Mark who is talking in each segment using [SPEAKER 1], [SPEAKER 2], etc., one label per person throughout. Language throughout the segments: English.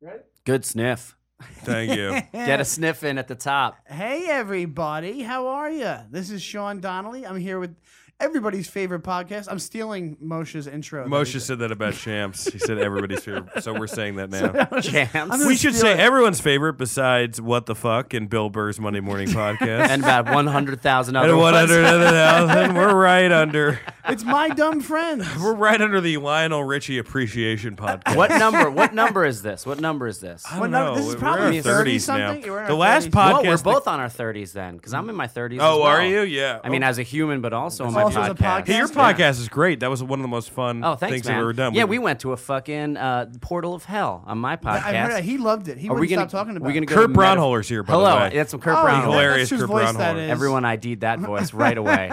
[SPEAKER 1] Right?
[SPEAKER 2] Good sniff.
[SPEAKER 3] Thank you.
[SPEAKER 2] Get a sniff in at the top.
[SPEAKER 1] Hey, everybody. How are you? This is Sean Donnelly. I'm here with everybody's favorite podcast. I'm stealing Moshe's intro. that he
[SPEAKER 3] Moshe
[SPEAKER 1] did.
[SPEAKER 3] said that about champs. He said everybody's favorite. So we're saying that now.
[SPEAKER 2] Champs.
[SPEAKER 3] we should say everyone's favorite besides What the Fuck and Bill Burr's Monday Morning Podcast.
[SPEAKER 2] and about 100,000 other
[SPEAKER 3] and
[SPEAKER 2] ones.
[SPEAKER 3] 100,000. We're right under.
[SPEAKER 1] It's my dumb friends.
[SPEAKER 3] We're right under the Lionel Richie Appreciation Podcast.
[SPEAKER 2] What number? What number is this? What number is this?
[SPEAKER 3] I
[SPEAKER 1] What
[SPEAKER 3] don't
[SPEAKER 1] number-
[SPEAKER 3] know.
[SPEAKER 1] this is
[SPEAKER 3] We're
[SPEAKER 1] probably
[SPEAKER 3] in our
[SPEAKER 1] 30
[SPEAKER 3] 30s
[SPEAKER 1] something. We're in
[SPEAKER 3] now.
[SPEAKER 1] our
[SPEAKER 3] The
[SPEAKER 1] 30s.
[SPEAKER 3] last podcast.
[SPEAKER 2] Well, we're both
[SPEAKER 3] that-
[SPEAKER 2] on our 30s then, because I'm in my 30s. as
[SPEAKER 3] Oh,
[SPEAKER 2] well.
[SPEAKER 3] are you? Yeah.
[SPEAKER 2] I mean, as a human, but also on my
[SPEAKER 1] Also as a
[SPEAKER 2] podcast.
[SPEAKER 1] podcast.
[SPEAKER 3] Hey, your
[SPEAKER 1] Yeah.
[SPEAKER 3] podcast is great. That was one of the most fun
[SPEAKER 2] Oh, thanks,
[SPEAKER 3] things
[SPEAKER 2] man.
[SPEAKER 3] we've ever done.
[SPEAKER 2] Yeah, we went to a fucking uh, portal of hell on my podcast.
[SPEAKER 1] I heard that. He loved it. He
[SPEAKER 2] Are we
[SPEAKER 1] wouldn't
[SPEAKER 2] gonna
[SPEAKER 1] stop talking about
[SPEAKER 2] we gonna
[SPEAKER 1] it.
[SPEAKER 2] go
[SPEAKER 3] Kurt
[SPEAKER 2] to meta-
[SPEAKER 3] Braunholer's here, by the
[SPEAKER 2] Hello,
[SPEAKER 3] way.
[SPEAKER 2] that's Kurt
[SPEAKER 1] Oh,
[SPEAKER 2] Braunholer.
[SPEAKER 3] Hilarious.
[SPEAKER 1] That's whose
[SPEAKER 3] Kurt
[SPEAKER 1] voice that
[SPEAKER 3] Braunholer.
[SPEAKER 1] is.
[SPEAKER 2] Everyone ID'd that voice right away.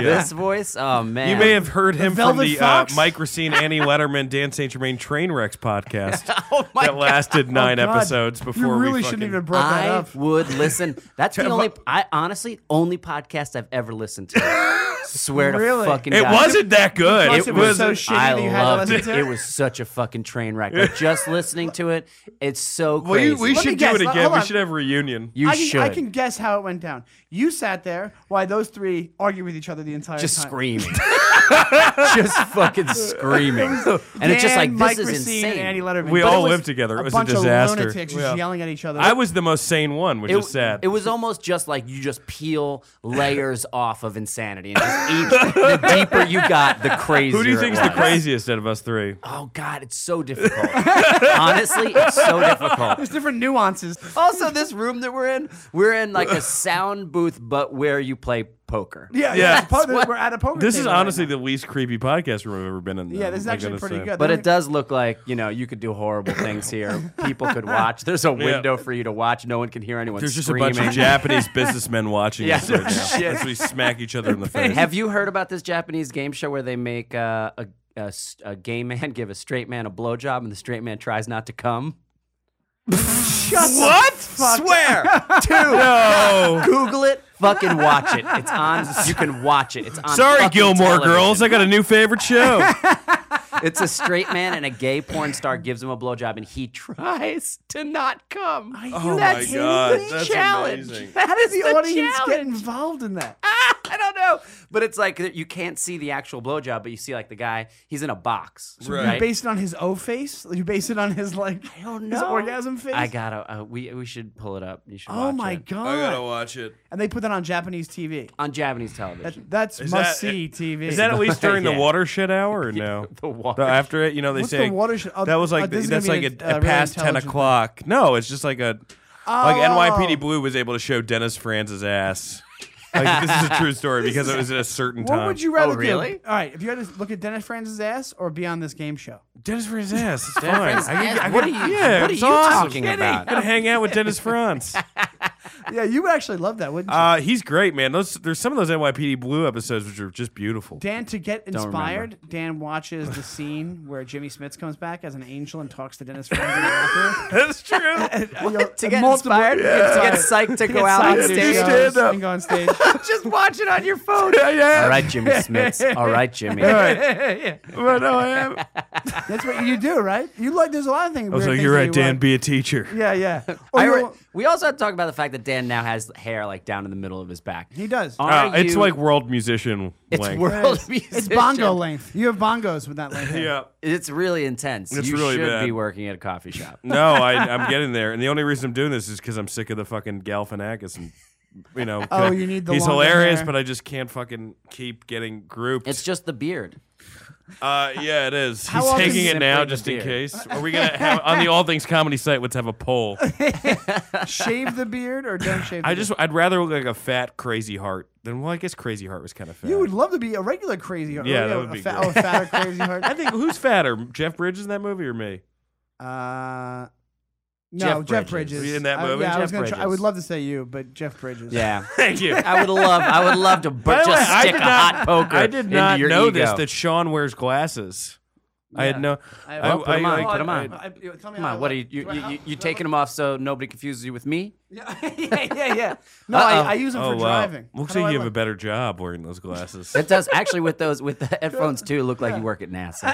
[SPEAKER 2] This voice, oh man,
[SPEAKER 3] You may have heard him from
[SPEAKER 1] Velvet
[SPEAKER 3] the uh,
[SPEAKER 1] Fox?
[SPEAKER 3] Mike Racine, Annie Letterman, Dan St. Germain train wrecks podcast
[SPEAKER 2] my
[SPEAKER 3] that lasted nine
[SPEAKER 1] Oh God,
[SPEAKER 3] episodes before
[SPEAKER 1] You really
[SPEAKER 3] we
[SPEAKER 1] shouldn't
[SPEAKER 3] fucking-
[SPEAKER 1] even have brought that
[SPEAKER 2] I
[SPEAKER 1] up.
[SPEAKER 2] would listen. That's the
[SPEAKER 3] Have
[SPEAKER 2] only, I honestly, only podcast I've ever listened to. Swear
[SPEAKER 1] Really?
[SPEAKER 2] to fucking
[SPEAKER 3] It
[SPEAKER 2] God.
[SPEAKER 3] wasn't that good.
[SPEAKER 1] Plus, it was so shitty
[SPEAKER 2] I
[SPEAKER 1] that you had to
[SPEAKER 2] loved
[SPEAKER 1] listen
[SPEAKER 2] it.
[SPEAKER 1] to it.
[SPEAKER 2] It was such a fucking train wreck. Like, just listening to it, it's so
[SPEAKER 3] Well,
[SPEAKER 2] crazy.
[SPEAKER 3] you,
[SPEAKER 1] Let
[SPEAKER 3] we
[SPEAKER 1] me
[SPEAKER 3] should do
[SPEAKER 1] guess.
[SPEAKER 3] it
[SPEAKER 1] Hold
[SPEAKER 3] again. We
[SPEAKER 1] on.
[SPEAKER 3] should have a reunion.
[SPEAKER 2] You
[SPEAKER 1] I can,
[SPEAKER 2] should
[SPEAKER 1] I can guess how it went down. You sat there while those three argued with each other the entire
[SPEAKER 2] just
[SPEAKER 1] time.
[SPEAKER 2] screaming, just fucking screaming, and it's just
[SPEAKER 1] Dan,
[SPEAKER 2] like this
[SPEAKER 1] Mike
[SPEAKER 2] is
[SPEAKER 1] Racine
[SPEAKER 2] insane.
[SPEAKER 1] And Andy Letterman.
[SPEAKER 3] We
[SPEAKER 1] But
[SPEAKER 3] all
[SPEAKER 1] it was
[SPEAKER 3] lived together. It was a
[SPEAKER 1] bunch
[SPEAKER 3] disaster.
[SPEAKER 1] Of lunatics just
[SPEAKER 3] Yeah.
[SPEAKER 1] yelling at each other.
[SPEAKER 3] I was the most sane one, which
[SPEAKER 2] It,
[SPEAKER 3] is sad.
[SPEAKER 2] it was almost just like you just peel layers off of insanity, and just each, the deeper you got, the crazier.
[SPEAKER 3] Who do you
[SPEAKER 2] it
[SPEAKER 3] think's the
[SPEAKER 2] was.
[SPEAKER 3] craziest out of us three?
[SPEAKER 2] Oh God, it's so difficult. Honestly, it's so difficult.
[SPEAKER 1] There's different nuances.
[SPEAKER 2] Also, this room that we're in, we're in like a sound booth, but where you play poker.
[SPEAKER 1] Yeah,
[SPEAKER 3] Yeah.
[SPEAKER 1] yeah. Po- we're at a poker.
[SPEAKER 3] This is
[SPEAKER 1] table right
[SPEAKER 3] honestly Oh
[SPEAKER 1] now.
[SPEAKER 3] the least creepy podcast room I've ever been in. though,
[SPEAKER 1] yeah, this is
[SPEAKER 3] I
[SPEAKER 1] actually
[SPEAKER 3] gotta
[SPEAKER 1] pretty
[SPEAKER 3] say.
[SPEAKER 1] good.
[SPEAKER 2] But
[SPEAKER 1] They're
[SPEAKER 2] it does look like you know you could do horrible things here. People could watch. There's a window for you to watch. No one can hear anyone.
[SPEAKER 3] There's just a
[SPEAKER 2] screaming.
[SPEAKER 3] bunch of Japanese businessmen watching
[SPEAKER 2] Yeah,
[SPEAKER 3] us right now
[SPEAKER 2] shit.
[SPEAKER 3] as we smack each other in the face.
[SPEAKER 2] Have you heard about this Japanese game show where they make uh, a, a s- a gay man give a straight man a blowjob and the straight man tries not to come?
[SPEAKER 3] what?
[SPEAKER 2] Swear to
[SPEAKER 3] No.
[SPEAKER 2] Google it. Fucking watch it. It's on. You can watch it. It's on.
[SPEAKER 3] Sorry,
[SPEAKER 2] fucking
[SPEAKER 3] Gilmore
[SPEAKER 2] television.
[SPEAKER 3] Girls. I got a new favorite show.
[SPEAKER 2] It's a straight man and a gay porn star gives him a blowjob and he tries to not come.
[SPEAKER 3] Oh
[SPEAKER 2] That's
[SPEAKER 3] my God,
[SPEAKER 2] the
[SPEAKER 3] that's
[SPEAKER 2] challenge.
[SPEAKER 3] amazing.
[SPEAKER 2] That is
[SPEAKER 1] the audience
[SPEAKER 2] challenge.
[SPEAKER 1] get involved in that.
[SPEAKER 2] Ah, I don't know, but it's like that you can't see the actual blowjob, but you see like the guy. He's in a box,
[SPEAKER 3] Right.
[SPEAKER 1] You base it on his O face. You base it on his like
[SPEAKER 2] I
[SPEAKER 3] Oh,
[SPEAKER 2] don't know.
[SPEAKER 1] his orgasm face.
[SPEAKER 2] I gotta. Uh, we we should pull it up. You should.
[SPEAKER 1] Oh
[SPEAKER 2] watch
[SPEAKER 1] my
[SPEAKER 2] it.
[SPEAKER 1] god!
[SPEAKER 3] watch it.
[SPEAKER 1] And they put that on Japanese TV.
[SPEAKER 2] On Japanese television.
[SPEAKER 1] That, that's
[SPEAKER 3] Is
[SPEAKER 1] must
[SPEAKER 3] that-
[SPEAKER 1] see TV.
[SPEAKER 3] Is that at least during
[SPEAKER 2] Yeah.
[SPEAKER 3] the watershed hour or no?
[SPEAKER 2] the water.
[SPEAKER 3] No, after it, you know, they
[SPEAKER 1] What's
[SPEAKER 3] say
[SPEAKER 1] the watershed? Oh,
[SPEAKER 3] that was like
[SPEAKER 1] oh, this is
[SPEAKER 3] that's
[SPEAKER 1] gonna
[SPEAKER 3] like
[SPEAKER 1] be
[SPEAKER 3] at
[SPEAKER 1] a- a really
[SPEAKER 3] past ten
[SPEAKER 1] intelligent-
[SPEAKER 3] o'clock. No, it's just like a like
[SPEAKER 1] oh,
[SPEAKER 3] NYPD Blue was able to show Dennis Franz's ass. Like this is a true story because it was at a certain time.
[SPEAKER 1] What would you rather
[SPEAKER 2] Oh, really?
[SPEAKER 1] do? All right, if you had to look at Dennis Franz's ass or be on this game show,
[SPEAKER 3] Dennis Franz's ass? It's fine. I can, I
[SPEAKER 2] What
[SPEAKER 3] can-
[SPEAKER 2] are you-
[SPEAKER 3] Yeah,
[SPEAKER 2] what are
[SPEAKER 3] it's
[SPEAKER 2] you
[SPEAKER 3] awesome.
[SPEAKER 2] talking
[SPEAKER 3] Kidding.
[SPEAKER 2] about?
[SPEAKER 3] Gonna hang out with Dennis Franz.
[SPEAKER 1] yeah, you would actually love that, wouldn't you?
[SPEAKER 3] Uh, he's great, man. Those there's some of those NYPD Blue episodes which are just beautiful.
[SPEAKER 1] Dan, to get
[SPEAKER 2] remember.
[SPEAKER 1] inspired, Dan watches the scene where Jimmy Smits comes back as an angel and talks to Dennis Franz in the bathroom.
[SPEAKER 3] That's true.
[SPEAKER 2] to get inspired, to get psyched to go out on
[SPEAKER 3] psyched to
[SPEAKER 2] stage.
[SPEAKER 3] go. stand up.
[SPEAKER 1] and go on stage.
[SPEAKER 2] Just watch it on your phone.
[SPEAKER 3] yeah, yeah.
[SPEAKER 2] All right, Jimmy Smiths. All right, Jimmy.
[SPEAKER 3] All right. Well, no, I am.
[SPEAKER 1] That's what you do, right? You like there's a lot of things.
[SPEAKER 3] I was
[SPEAKER 1] weird
[SPEAKER 3] like,
[SPEAKER 1] things
[SPEAKER 3] Oh, you're
[SPEAKER 1] that
[SPEAKER 3] right,
[SPEAKER 1] you
[SPEAKER 3] Dan.
[SPEAKER 1] like.
[SPEAKER 3] Be a teacher.
[SPEAKER 1] Yeah, yeah. Oh,
[SPEAKER 2] I
[SPEAKER 1] Or
[SPEAKER 2] re-
[SPEAKER 1] you'll-
[SPEAKER 2] we also have to talk about the fact that Dan now has hair like down in the middle of his back.
[SPEAKER 1] he does.
[SPEAKER 2] Are
[SPEAKER 3] Uh, it's
[SPEAKER 2] you-
[SPEAKER 3] like world musician
[SPEAKER 2] it's
[SPEAKER 3] length.
[SPEAKER 2] world music.
[SPEAKER 1] It's bongo length. You have bongos with that length.
[SPEAKER 3] yeah.
[SPEAKER 2] It's really intense.
[SPEAKER 3] It's
[SPEAKER 2] you
[SPEAKER 3] really
[SPEAKER 2] should
[SPEAKER 3] bad.
[SPEAKER 2] be working at a coffee shop.
[SPEAKER 3] No, I, I'm getting there, and the only reason I'm doing this is because I'm sick of the fucking Galifianakis, and you know,
[SPEAKER 1] Oh, you need the
[SPEAKER 3] he's
[SPEAKER 1] longer
[SPEAKER 3] hilarious,
[SPEAKER 1] hair.
[SPEAKER 3] but I just can't fucking keep getting grouped.
[SPEAKER 2] It's just the beard.
[SPEAKER 3] uh, yeah, it is.
[SPEAKER 1] How
[SPEAKER 3] he's
[SPEAKER 1] often-
[SPEAKER 3] taking it
[SPEAKER 2] Simply
[SPEAKER 3] now
[SPEAKER 2] the
[SPEAKER 3] just in
[SPEAKER 2] beard.
[SPEAKER 3] case. Are we gonna have on the All Things Comedy site? Let's have a poll.
[SPEAKER 1] Shave the beard or don't shave. The
[SPEAKER 3] I
[SPEAKER 1] beard?
[SPEAKER 3] just, I'd rather look like a fat crazy heart than well, I guess crazy heart was kind of fat.
[SPEAKER 1] You would love to be a regular crazy heart.
[SPEAKER 3] Yeah, that
[SPEAKER 1] a-
[SPEAKER 3] would
[SPEAKER 1] a
[SPEAKER 3] be
[SPEAKER 1] fat,
[SPEAKER 3] great.
[SPEAKER 1] Oh, a fatter crazy heart.
[SPEAKER 3] I think who's fatter, Jeff Bridges in that movie or me?
[SPEAKER 1] Uh,
[SPEAKER 2] Jeff
[SPEAKER 1] no,
[SPEAKER 2] Bridges.
[SPEAKER 1] Jeff Bridges.
[SPEAKER 3] Were you in that
[SPEAKER 1] Uh,
[SPEAKER 3] movie?
[SPEAKER 1] yeah, I,
[SPEAKER 2] Jeff
[SPEAKER 1] was gonna try, I
[SPEAKER 2] Bridges.
[SPEAKER 1] would love to say you, but Jeff Bridges.
[SPEAKER 2] Yeah.
[SPEAKER 3] Thank you.
[SPEAKER 2] I would love. I would love to b-
[SPEAKER 3] By the
[SPEAKER 2] just
[SPEAKER 3] way, I
[SPEAKER 2] stick
[SPEAKER 3] did
[SPEAKER 2] a
[SPEAKER 3] not-
[SPEAKER 2] hot poker.
[SPEAKER 3] I did
[SPEAKER 2] into
[SPEAKER 3] not
[SPEAKER 2] your
[SPEAKER 3] know
[SPEAKER 2] ego.
[SPEAKER 3] this that Sean wears glasses. I had no.
[SPEAKER 1] I-
[SPEAKER 3] I-
[SPEAKER 2] Well, put 'em
[SPEAKER 3] I-
[SPEAKER 2] on,
[SPEAKER 3] I-
[SPEAKER 2] put 'em
[SPEAKER 3] I-
[SPEAKER 2] on. Come on, what are you? You, you, you taking them off so nobody confuses you with me? yeah, yeah, yeah.
[SPEAKER 1] No, I,
[SPEAKER 2] Uh-oh.
[SPEAKER 1] I use them
[SPEAKER 3] Oh
[SPEAKER 1] for
[SPEAKER 3] wow!
[SPEAKER 1] driving.
[SPEAKER 3] Looks
[SPEAKER 1] How do
[SPEAKER 3] like
[SPEAKER 1] I
[SPEAKER 3] you have a
[SPEAKER 1] look?
[SPEAKER 3] better job wearing those glasses.
[SPEAKER 2] It does actually with those with the headphones too. Look like you work at NASA.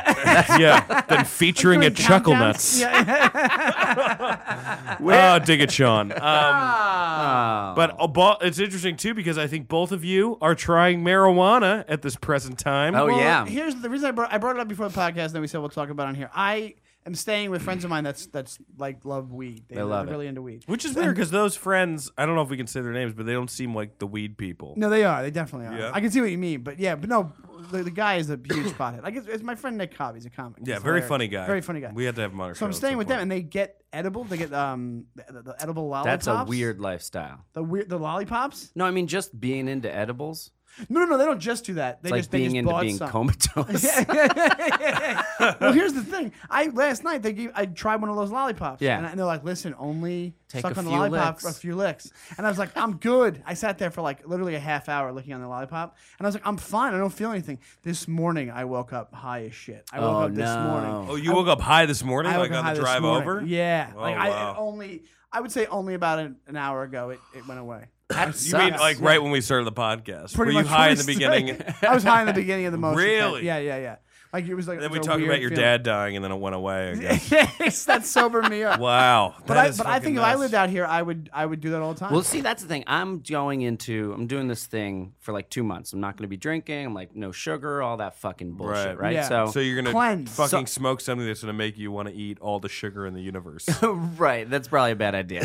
[SPEAKER 3] yeah, then featuring
[SPEAKER 1] Doing
[SPEAKER 3] at Chuckle
[SPEAKER 1] countdowns?
[SPEAKER 3] Nuts.
[SPEAKER 1] Yeah, yeah.
[SPEAKER 3] Oh, dig it, Sean. Um,
[SPEAKER 2] Oh.
[SPEAKER 3] but a bo- it's interesting too because I think both of you are trying marijuana at this present time.
[SPEAKER 2] Oh,
[SPEAKER 1] Well,
[SPEAKER 2] yeah.
[SPEAKER 1] Here's the reason I brought I brought it up before the podcast, and then we said we'll talk about it on here. I am staying with friends of mine that's that's like love weed. They,
[SPEAKER 2] They love
[SPEAKER 1] are
[SPEAKER 2] it.
[SPEAKER 1] really into weed.
[SPEAKER 3] Which is weird because those friends, I don't know if we can say their names, but they don't seem like the weed people.
[SPEAKER 1] No, they are. They definitely are.
[SPEAKER 3] Yeah.
[SPEAKER 1] I can see what you mean, but yeah, but no, the, the guy is a huge pothead. Like it's, it's my friend Nick Cobb. He's a comic.
[SPEAKER 3] yeah,
[SPEAKER 1] He's
[SPEAKER 3] very
[SPEAKER 1] hilarious.
[SPEAKER 3] funny guy.
[SPEAKER 1] Very funny guy.
[SPEAKER 3] We had to have him on our
[SPEAKER 1] so I'm
[SPEAKER 3] show at
[SPEAKER 1] staying
[SPEAKER 3] some
[SPEAKER 1] with them,
[SPEAKER 3] point.
[SPEAKER 1] and they get edible. They get um the, the edible lollipops.
[SPEAKER 2] That's a weird lifestyle.
[SPEAKER 1] The weird the lollipops.
[SPEAKER 2] No, I mean just being into edibles.
[SPEAKER 1] No, no, no. They don't just do that. They
[SPEAKER 2] It's like
[SPEAKER 1] just they
[SPEAKER 2] being
[SPEAKER 1] just
[SPEAKER 2] into
[SPEAKER 1] bought
[SPEAKER 2] being
[SPEAKER 1] some.
[SPEAKER 2] comatose.
[SPEAKER 1] well, here's the thing. I last night they gave I tried one of those lollipops.
[SPEAKER 2] Yeah.
[SPEAKER 1] and, I- and they're like, listen, only
[SPEAKER 2] Take
[SPEAKER 1] suck
[SPEAKER 2] a
[SPEAKER 1] on the
[SPEAKER 2] few
[SPEAKER 1] lollipop
[SPEAKER 2] licks."
[SPEAKER 1] for a few licks. And I was like, I'm good. I sat there for like literally a half hour looking on the lollipop, and I was like, I'm fine. I don't feel anything. This morning I woke up high as shit. I woke
[SPEAKER 2] Oh,
[SPEAKER 1] up this morning.
[SPEAKER 2] no.
[SPEAKER 3] Oh, you woke up high this morning,
[SPEAKER 1] I woke
[SPEAKER 3] like
[SPEAKER 1] up
[SPEAKER 3] on
[SPEAKER 1] high
[SPEAKER 3] the
[SPEAKER 1] this
[SPEAKER 3] drive
[SPEAKER 1] morning.
[SPEAKER 3] over.
[SPEAKER 1] Yeah,
[SPEAKER 3] Oh,
[SPEAKER 1] like I
[SPEAKER 3] wow.
[SPEAKER 1] it only I would say only about an, an hour ago it, it went away.
[SPEAKER 2] That
[SPEAKER 3] You mean
[SPEAKER 2] sucks.
[SPEAKER 3] like right when we started the podcast?
[SPEAKER 1] Pretty
[SPEAKER 3] Were you
[SPEAKER 1] much
[SPEAKER 3] high
[SPEAKER 1] what
[SPEAKER 3] in the
[SPEAKER 1] I
[SPEAKER 3] beginning?
[SPEAKER 1] said. I was high in the beginning of the motion.
[SPEAKER 3] Really?
[SPEAKER 1] Yeah, yeah, yeah. Like it was like
[SPEAKER 3] then
[SPEAKER 1] it
[SPEAKER 3] we
[SPEAKER 1] was a
[SPEAKER 3] talk
[SPEAKER 1] weird
[SPEAKER 3] about your
[SPEAKER 1] feeling.
[SPEAKER 3] dad dying, and then it went away. I guess.
[SPEAKER 1] yes, that sobered me up.
[SPEAKER 3] wow.
[SPEAKER 1] But
[SPEAKER 3] that
[SPEAKER 1] I,
[SPEAKER 3] is
[SPEAKER 1] but I
[SPEAKER 3] fucking
[SPEAKER 1] think if
[SPEAKER 3] nuts.
[SPEAKER 1] I lived out here, I would I would do that all the time.
[SPEAKER 2] Well, see, that's the thing. I'm going into, I'm doing this thing for like two months. I'm not going to be drinking. I'm like, no sugar, all that fucking bullshit,
[SPEAKER 3] Right.
[SPEAKER 2] right?
[SPEAKER 1] Yeah.
[SPEAKER 2] So,
[SPEAKER 3] so you're gonna
[SPEAKER 1] Cleanse.
[SPEAKER 3] fucking smoke something that's gonna make you want to eat all the sugar in the universe.
[SPEAKER 2] right, that's probably a bad idea.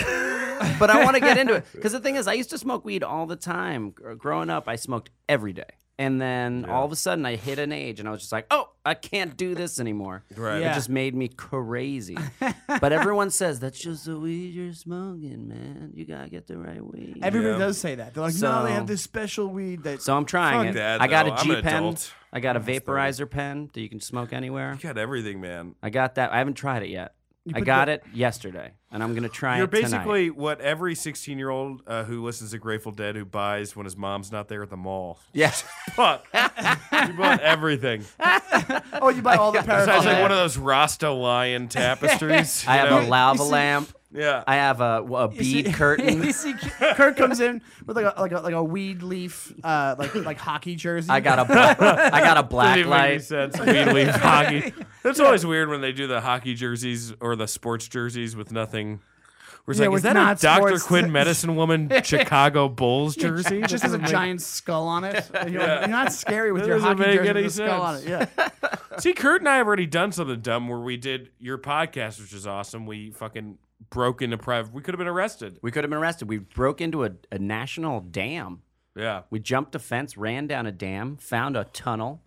[SPEAKER 2] but I want to get into it because the thing is, I used to smoke weed all the time. Gr- Growing up, I smoked every day. And then all of a sudden, I hit an age and I was just like, oh, I can't do this anymore.
[SPEAKER 3] right.
[SPEAKER 1] Yeah.
[SPEAKER 2] It just made me crazy. but everyone says, that's just the weed you're smoking, man. You got to get the right weed.
[SPEAKER 1] Everybody
[SPEAKER 3] Yeah.
[SPEAKER 1] does say that. They're like, no,
[SPEAKER 2] So-
[SPEAKER 1] they have this special weed that.
[SPEAKER 2] So I'm trying
[SPEAKER 1] Fuck
[SPEAKER 2] it.
[SPEAKER 3] that,
[SPEAKER 2] I got
[SPEAKER 3] though.
[SPEAKER 2] a
[SPEAKER 3] I'm
[SPEAKER 2] G
[SPEAKER 3] an
[SPEAKER 2] pen.
[SPEAKER 3] adult.
[SPEAKER 2] I got a vaporizer pen that you can smoke anywhere.
[SPEAKER 3] You got everything, man.
[SPEAKER 2] I got that. I haven't tried it yet. I
[SPEAKER 1] put
[SPEAKER 2] got
[SPEAKER 1] the-
[SPEAKER 2] it yesterday, and I'm gonna try
[SPEAKER 3] You're
[SPEAKER 2] it tonight.
[SPEAKER 3] basically what every 16 year old uh, who listens to Grateful Dead who buys when his mom's not there at the mall.
[SPEAKER 2] yeah.
[SPEAKER 3] Fuck. you bought everything.
[SPEAKER 1] oh, you buy all the
[SPEAKER 3] Besides,
[SPEAKER 1] paraphernalia.
[SPEAKER 3] like one of those Rasta lion tapestries.
[SPEAKER 2] I
[SPEAKER 3] you
[SPEAKER 2] have a
[SPEAKER 3] know?
[SPEAKER 2] lava
[SPEAKER 1] see-
[SPEAKER 2] lamp.
[SPEAKER 3] Yeah.
[SPEAKER 2] I have a, a bead
[SPEAKER 1] You see- you
[SPEAKER 2] curtain.
[SPEAKER 1] see, Kurt comes in with like a like a, like a weed leaf, uh, like like hockey jersey.
[SPEAKER 2] I got a bla- I got a
[SPEAKER 3] Doesn't
[SPEAKER 2] black
[SPEAKER 3] even make any
[SPEAKER 2] light.
[SPEAKER 3] sense. We leave hockey. That's always weird when they do the hockey jerseys or the sports jerseys with nothing. We're
[SPEAKER 1] Yeah,
[SPEAKER 3] like,
[SPEAKER 1] with
[SPEAKER 3] is that a
[SPEAKER 1] not
[SPEAKER 3] Dr.
[SPEAKER 1] sports-
[SPEAKER 3] Quinn Medicine Woman Chicago Bulls jersey?
[SPEAKER 1] It just has a giant skull on it. You're, like, you're not scary with
[SPEAKER 3] That
[SPEAKER 1] your
[SPEAKER 3] doesn't
[SPEAKER 1] hockey
[SPEAKER 3] make
[SPEAKER 1] jersey with
[SPEAKER 3] any
[SPEAKER 1] a skull on it.
[SPEAKER 3] sense.
[SPEAKER 1] Yeah.
[SPEAKER 3] See, Kurt and I have already done something dumb where we did your podcast, which is awesome. We fucking broke into private. We could have been arrested.
[SPEAKER 2] We could have been arrested. We broke into a, a national dam.
[SPEAKER 3] Yeah.
[SPEAKER 2] We jumped a fence, ran down a dam, found a tunnel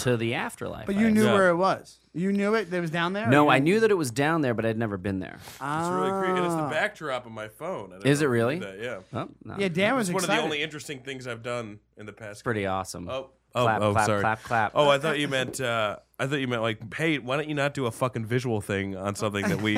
[SPEAKER 2] to the afterlife.
[SPEAKER 1] But
[SPEAKER 2] I
[SPEAKER 1] you knew
[SPEAKER 3] Yeah.
[SPEAKER 1] where it was. You knew it. It was down there.
[SPEAKER 2] No, I knew that it was down there, but I'd never been there.
[SPEAKER 3] It's really creepy. And it's the
[SPEAKER 1] Ah.
[SPEAKER 3] backdrop of my phone. I don't
[SPEAKER 2] Is
[SPEAKER 3] know
[SPEAKER 2] it
[SPEAKER 3] if you
[SPEAKER 2] really?
[SPEAKER 3] did That. Yeah.
[SPEAKER 2] Oh, no.
[SPEAKER 1] Yeah, Dan was
[SPEAKER 3] It's one of
[SPEAKER 1] excited.
[SPEAKER 3] the only interesting things I've done in the past.
[SPEAKER 2] pretty awesome.
[SPEAKER 3] Oh.
[SPEAKER 2] clap,
[SPEAKER 3] oh,
[SPEAKER 2] clap,
[SPEAKER 3] sorry.
[SPEAKER 2] clap, clap.
[SPEAKER 3] Oh, I thought you meant. Uh, I thought you meant like, hey, why don't you not do a fucking visual thing on something that we